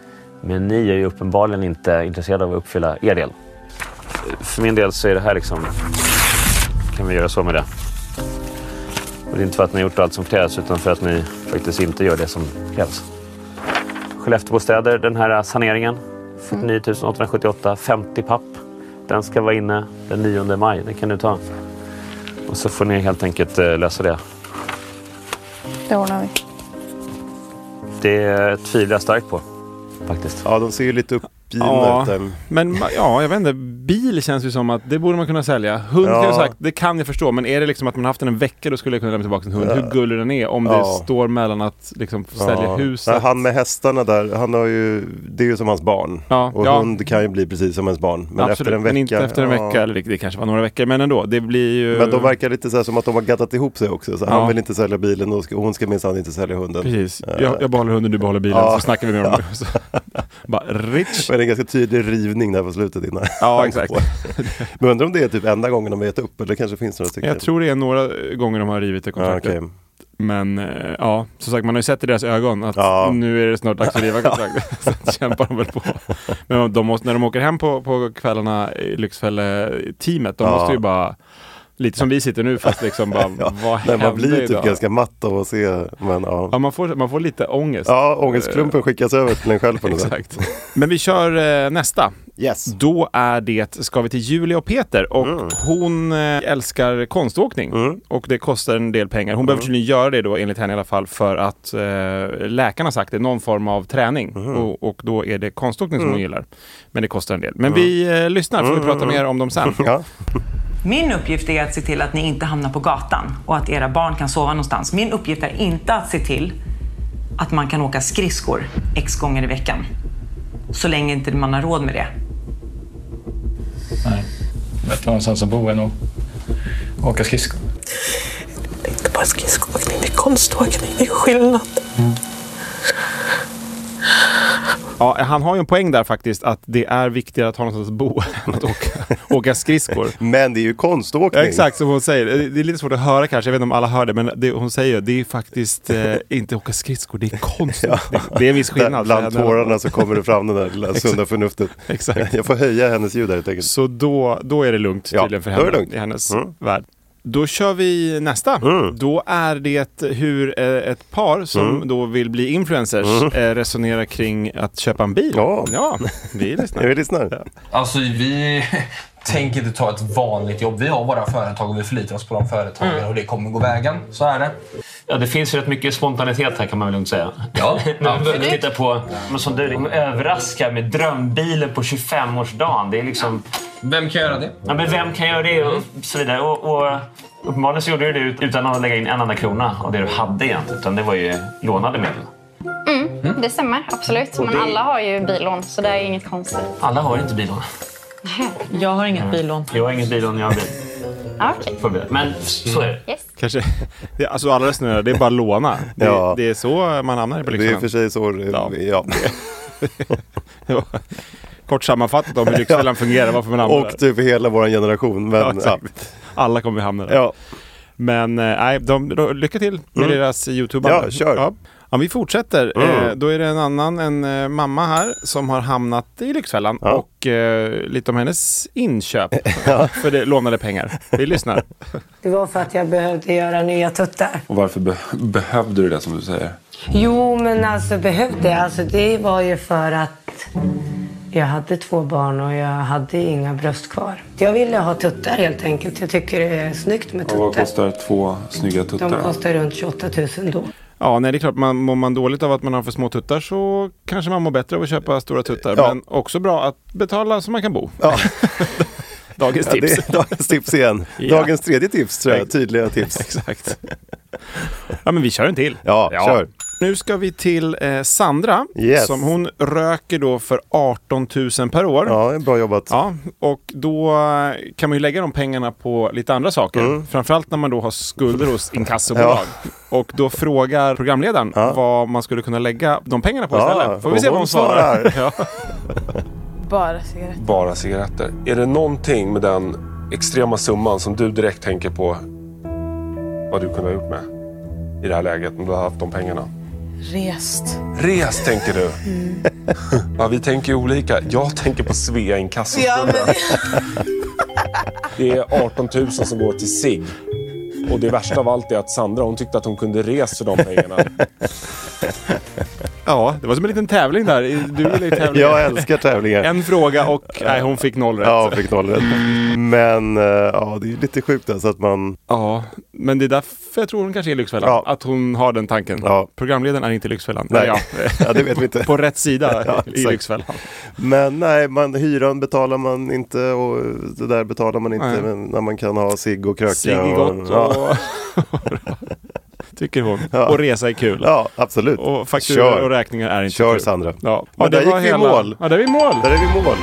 [SPEAKER 8] Men ni är ju uppenbarligen inte intresserade av att uppfylla er del.
[SPEAKER 21] För min del så är det här liksom... Kan vi göra så med det? Och det är inte för att ni har gjort allt som krävs utan för att ni faktiskt inte gör det som krävs. Skelleftebostäder, den här saneringen.
[SPEAKER 20] Mm.
[SPEAKER 21] 49 878, 50 papp. Den ska vara inne den 9 maj. Den kan du ta. Och så får ni helt enkelt eh, lösa det.
[SPEAKER 20] Det ordnar vi.
[SPEAKER 21] Det tvivlar jag starkt på faktiskt.
[SPEAKER 2] Ja, de ser ju lite uppgivna
[SPEAKER 1] Ja,
[SPEAKER 2] ut. eh. där.
[SPEAKER 1] men ma- ja, jag vet inte. Bil känns ju som att det borde man kunna sälja. Hund kan
[SPEAKER 2] Ja.
[SPEAKER 1] jag sagt, det kan jag förstå. Men är det liksom att man haft den en vecka då skulle jag kunna lämna tillbaka en hund. Hur gullig den är om
[SPEAKER 2] Ja.
[SPEAKER 1] det står mellan att liksom få sälja
[SPEAKER 2] Ja.
[SPEAKER 1] huset.
[SPEAKER 2] Nej, Han med hästarna där, han har ju, det är ju som hans barn.
[SPEAKER 1] Ja,
[SPEAKER 2] Och
[SPEAKER 1] ja.
[SPEAKER 2] hund kan ju bli precis som ens barn. Men
[SPEAKER 1] Absolut,
[SPEAKER 2] efter en vecka.
[SPEAKER 1] men inte efter en
[SPEAKER 2] ja.
[SPEAKER 1] vecka. Eller det, det kanske var några veckor, men ändå. Det blir ju...
[SPEAKER 2] Men de verkar lite så här som att de har gattat ihop sig också. Så
[SPEAKER 1] Ja.
[SPEAKER 2] Han vill inte sälja bilen och ska- hon ska minsann inte sälja hunden.
[SPEAKER 1] Precis.
[SPEAKER 2] Eh,
[SPEAKER 1] Jag, jag behåller hunden, du behåller bilen.
[SPEAKER 2] Ja.
[SPEAKER 1] Så snackar vi mer om
[SPEAKER 2] Ja.
[SPEAKER 1] det. (laughs) Så, bara rich.
[SPEAKER 2] Men det är en ganska tydlig rivning där på slutet innan.
[SPEAKER 1] Ja,
[SPEAKER 2] han
[SPEAKER 1] exakt.
[SPEAKER 2] går. (laughs) Men undrar om det är typ enda gången de har gett upp, eller det kanske finns några stycken.
[SPEAKER 1] Jag tror det är några gånger de har rivit det kontraktet.
[SPEAKER 2] Ja, okej.
[SPEAKER 1] Men eh, ja, som sagt man har ju sett i deras ögon att
[SPEAKER 2] Ja.
[SPEAKER 1] nu är det snart dags
[SPEAKER 2] (laughs)
[SPEAKER 1] att riva kontraktet. (laughs) Så att kämpar de väl på. Men de måste, när de åker hem på, på kvällarna i Lyxfälle-teamet, de
[SPEAKER 2] Ja.
[SPEAKER 1] måste ju bara, lite som vi sitter nu fast
[SPEAKER 2] (laughs)
[SPEAKER 1] liksom bara, vad
[SPEAKER 2] Nej,
[SPEAKER 1] hände
[SPEAKER 2] man blir typ
[SPEAKER 1] idag?
[SPEAKER 2] ganska matt av att se. Men, ja.
[SPEAKER 1] Ja, man får, man får lite ångest.
[SPEAKER 2] ja, ångestklumpen skickas över till en själv på något sätt.
[SPEAKER 1] (laughs) Exakt. Men vi kör eh, nästa.
[SPEAKER 2] Yes.
[SPEAKER 1] Då är det, ska vi till Julia och Peter och hon eh, älskar konståkning och det kostar en del pengar. Hon behöver tydligen göra det då enligt henne i alla fall för att eh, läkaren har sagt det, någon form av träning och, och då är det konståkning som
[SPEAKER 17] Mm.
[SPEAKER 1] hon gillar. Men det kostar en del. Men vi eh, lyssnar får vi
[SPEAKER 17] Mm,
[SPEAKER 1] prata
[SPEAKER 17] mm,
[SPEAKER 1] mer om dem sen.
[SPEAKER 2] (laughs)
[SPEAKER 17] Min uppgift är att se till att ni inte hamnar på gatan och att era barn kan sova någonstans. Min uppgift är inte att se till att man kan åka skridskor x gånger i veckan. Så länge inte man har råd med det.
[SPEAKER 18] Nej. Bättre någonstans att bo än att åka skridskor.
[SPEAKER 7] Det är bara skridskoåkning, det är konståkning, det är skillnad.
[SPEAKER 1] Ja, han har ju en poäng där faktiskt att det är viktigare att ha någonstans att bo (laughs) än att åka, åka skridskor.
[SPEAKER 2] Men det är ju konståkning.
[SPEAKER 1] Ja, exakt som hon säger. Det det är lite svårt att höra kanske, jag vet inte om alla hör det, men det hon säger det är
[SPEAKER 2] (laughs)
[SPEAKER 1] faktiskt eh, inte åka skridskor, det är konståkning. Det är en viss
[SPEAKER 2] Där,
[SPEAKER 1] skillnad.
[SPEAKER 2] bland tårarna så kommer det fram det där
[SPEAKER 1] (laughs)
[SPEAKER 2] lilla sunda förnuftet.
[SPEAKER 1] Exakt.
[SPEAKER 2] Jag får höja hennes ljud där helt enkelt.
[SPEAKER 1] Så då, då är det lugnt
[SPEAKER 2] Ja,
[SPEAKER 1] tydligen för
[SPEAKER 2] då
[SPEAKER 1] henne
[SPEAKER 2] är det lugnt.
[SPEAKER 1] i hennes
[SPEAKER 2] Mm.
[SPEAKER 1] värld. Då kör vi nästa. Då är det hur eh, ett par som
[SPEAKER 2] Mm.
[SPEAKER 1] då vill bli influencers
[SPEAKER 2] Mm.
[SPEAKER 1] eh, resonerar kring att köpa en bil. Ja,
[SPEAKER 2] (laughs)
[SPEAKER 1] vi lyssnar.
[SPEAKER 2] Vi lyssnar.
[SPEAKER 18] Alltså vi (laughs) tänker inte ta ett vanligt jobb. Vi har våra företag och vi förlitar oss på de företagen och det kommer gå vägen. Så är det.
[SPEAKER 8] Ja, det finns ju rätt mycket spontanitet här kan man väl lugnt säga.
[SPEAKER 18] Ja,
[SPEAKER 8] (laughs) När man börjar titta på, men som du liksom överraskar med drömbilen på 25-årsdagen. Det är liksom...
[SPEAKER 18] Vem kan göra det?
[SPEAKER 8] Ja, men vem kan göra det? Och så vidare. Och, och uppenbarligen så gjorde du det ut- utan att lägga in en enda krona av det du hade egentligen. Utan det var ju lånade medel.
[SPEAKER 23] Mm, det stämmer, absolut. Men alla har ju billån, så det är inget konstigt.
[SPEAKER 8] Alla har inte billån.
[SPEAKER 23] Jag har
[SPEAKER 8] inget
[SPEAKER 23] billån.
[SPEAKER 8] Jag har inget billån, jag har bil. Får bil. Men så är det.
[SPEAKER 1] Kanske, (laughs) det, alltså alla resonerar, det är bara låna. Det,
[SPEAKER 2] Ja.
[SPEAKER 1] det är så man hamnar på
[SPEAKER 2] Det är i och för
[SPEAKER 1] Lyxfällan.
[SPEAKER 2] sig så, eh, ja.
[SPEAKER 1] (laughs) Ja. Kort sammanfattat om
[SPEAKER 2] (laughs)
[SPEAKER 1] hur Lyxfällan fungerar, varför man hamnar
[SPEAKER 2] Och typ hela vår generation.
[SPEAKER 1] Ja,
[SPEAKER 2] Men, ja,
[SPEAKER 1] exakt. Alla kommer hamna där.
[SPEAKER 2] Ja.
[SPEAKER 1] Men eh, nej, de, de, lycka till med
[SPEAKER 2] Mm.
[SPEAKER 1] deras youtube
[SPEAKER 2] Ja, kör.
[SPEAKER 1] Ja. Ja, vi fortsätter.
[SPEAKER 2] Mm.
[SPEAKER 1] Eh, då är det en annan, en eh, mamma här, som har hamnat i Lyxfällan och eh, lite om hennes
[SPEAKER 2] (laughs)
[SPEAKER 1] inköp för det, lånade pengar. Vi lyssnar.
[SPEAKER 24] Det var för att jag behövde göra nya tuttar.
[SPEAKER 4] Och varför be- behövde du det som du säger?
[SPEAKER 24] Jo, men alltså behövde jag. Alltså, det var ju för att jag hade två barn och jag hade inga bröst kvar. Jag ville ha tuttar helt enkelt. Jag tycker det är snyggt med
[SPEAKER 4] Och vad
[SPEAKER 24] tuttar.
[SPEAKER 4] kostar två snygga tuttar?
[SPEAKER 24] De kostar runt 28 000 då.
[SPEAKER 1] Ja, nej det är klart, man, mår man dåligt av att man har för små tuttar så kanske man mår bättre av att köpa stora tuttar.
[SPEAKER 2] Eh, Ja.
[SPEAKER 1] Men också bra att betala så man kan bo. (laughs) Dagens
[SPEAKER 2] Ja, det är (laughs)
[SPEAKER 1] tips.
[SPEAKER 2] dagens tips igen.
[SPEAKER 1] (laughs) Ja.
[SPEAKER 2] Dagens tredje tips tror jag,
[SPEAKER 1] (laughs)
[SPEAKER 2] tydliga tips.
[SPEAKER 1] Exakt. Ja, men vi kör en till.
[SPEAKER 2] Ja, kör.
[SPEAKER 1] Nu ska vi till eh, Sandra,
[SPEAKER 2] Yes.
[SPEAKER 1] som hon röker då för 18 000 per år.
[SPEAKER 2] Ja, bra jobbat.
[SPEAKER 1] Ja, och då eh, kan man ju lägga de pengarna på lite andra saker.
[SPEAKER 2] Mm.
[SPEAKER 1] Framförallt när man då har skulder hos inkassobolag. (laughs) Och då frågar programledaren vad man skulle kunna lägga de pengarna på
[SPEAKER 2] Ja,
[SPEAKER 1] istället. Får vi
[SPEAKER 2] och
[SPEAKER 1] se vad (laughs)
[SPEAKER 2] hon
[SPEAKER 1] hon svarar.
[SPEAKER 2] svarar.
[SPEAKER 1] ja.
[SPEAKER 20] Bara cigaretter.
[SPEAKER 4] Bara cigaretter. Är det någonting med den extrema summan som du direkt tänker på vad du kunde ha gjort med i det här läget om du hade haft de pengarna?
[SPEAKER 20] Rest.
[SPEAKER 4] Res tänker du.
[SPEAKER 24] Mm.
[SPEAKER 4] (laughs) Ja, vi tänker ju olika. Jag tänker på Svea Inkasso.
[SPEAKER 20] Ja, men-
[SPEAKER 4] Det är 18 000 som går till SIG. Och det värsta av allt är att Sandra hon tyckte att hon kunde resa för de pengarna.
[SPEAKER 1] Ja, det var som en liten tävling där. Du ville ju tävla.
[SPEAKER 2] Jag älskar tävlingar.
[SPEAKER 1] En fråga och nej, hon fick noll rätt.
[SPEAKER 2] Ja, hon fick noll rätt. Men eh, ja, det är ju lite sjukt alltså att man...
[SPEAKER 1] Ja, men det är därför jag tror hon kanske är Lyxfällan. Att hon har den tanken. Programledaren är inte Lyxfällan.
[SPEAKER 2] Nej.
[SPEAKER 1] Eller
[SPEAKER 2] (laughs) Ja, det vet vi inte.
[SPEAKER 1] (laughs) På rätt sida
[SPEAKER 2] Ja,
[SPEAKER 1] i
[SPEAKER 2] exakt.
[SPEAKER 1] Lyxfällan.
[SPEAKER 2] Men nej, man, hyran betalar man inte och det där betalar man inte
[SPEAKER 1] Nej.
[SPEAKER 2] men när man kan ha cigg och kröka.
[SPEAKER 1] Cigg är gott
[SPEAKER 2] ja.
[SPEAKER 1] (laughs) Tycker hon.
[SPEAKER 2] Ja.
[SPEAKER 1] Och resa är kul.
[SPEAKER 2] Ja, absolut.
[SPEAKER 1] Och fakturor och räkningar är inte
[SPEAKER 2] Kör,
[SPEAKER 1] kul.
[SPEAKER 2] Sandra.
[SPEAKER 1] Ja.
[SPEAKER 2] Men
[SPEAKER 1] Ja, det
[SPEAKER 2] där gick
[SPEAKER 1] var
[SPEAKER 2] vi i
[SPEAKER 1] hela-
[SPEAKER 2] mål.
[SPEAKER 1] Ja, där är vi i mål.
[SPEAKER 2] Där är vi i mål.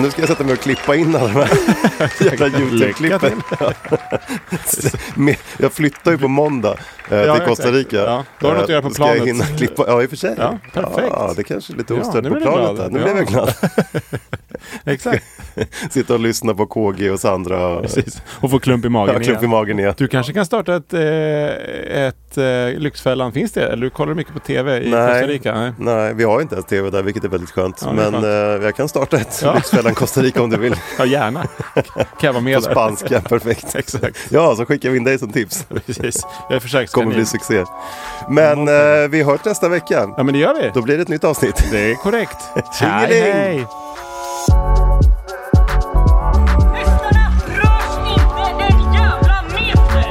[SPEAKER 2] Nu ska jag sätta mig och klippa in alla de
[SPEAKER 1] (laughs)
[SPEAKER 2] här jävla YouTube-klippen. (laughs) Med- jag flyttar ju på måndag eh,
[SPEAKER 1] Ja,
[SPEAKER 2] till Costa
[SPEAKER 1] exakt.
[SPEAKER 2] Rica.
[SPEAKER 1] Ja, då har du något att göra på
[SPEAKER 2] Eh, Ska jag
[SPEAKER 1] planet.
[SPEAKER 2] hinna klippa? Ja, i och för sig.
[SPEAKER 1] Ja, perfekt.
[SPEAKER 2] Ja, det kanske är lite
[SPEAKER 1] Ja,
[SPEAKER 2] ostört
[SPEAKER 1] nu
[SPEAKER 2] på
[SPEAKER 1] blev du
[SPEAKER 2] planet.
[SPEAKER 1] glad.
[SPEAKER 2] Där. Nu blev jag
[SPEAKER 1] Ja.
[SPEAKER 2] glad. (laughs)
[SPEAKER 1] Exakt.
[SPEAKER 2] Sitta och lyssna på KG och (laughs) Sandra.
[SPEAKER 1] Precis. Och få klump i magen
[SPEAKER 2] ja, klump i
[SPEAKER 1] igen.
[SPEAKER 2] magen igen.
[SPEAKER 1] Du kanske kan starta ett, eh, ett eh, Lyxfällan, finns det? Eller du kollar mycket på TV i Costa Rica?
[SPEAKER 2] nej. nej, vi har inte ens tv där vilket är väldigt skönt.
[SPEAKER 1] Ja, det är
[SPEAKER 2] men eh, jag kan starta ett
[SPEAKER 1] Ja.
[SPEAKER 2] Lyxfällan Costa Rica om du
[SPEAKER 1] (laughs)
[SPEAKER 2] vill. (laughs)
[SPEAKER 1] Ja, gärna. Kan jag vara med
[SPEAKER 2] På
[SPEAKER 1] där?
[SPEAKER 2] spanska, perfekt.
[SPEAKER 1] (laughs) Exakt.
[SPEAKER 2] Ja, så skickar vi in dig som tips.
[SPEAKER 1] Precis. Jag är försökskanin.
[SPEAKER 2] kommer bli succé. Men eh, vi hörs nästa vecka.
[SPEAKER 1] Ja, men det gör vi.
[SPEAKER 2] Då blir det ett nytt avsnitt.
[SPEAKER 1] Det är korrekt.
[SPEAKER 2] (laughs) Tjingeling!
[SPEAKER 1] Hej, hej.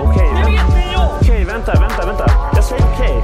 [SPEAKER 16] Okej, vänta, okej, vänta, vänta, vänta. Jag säger okej.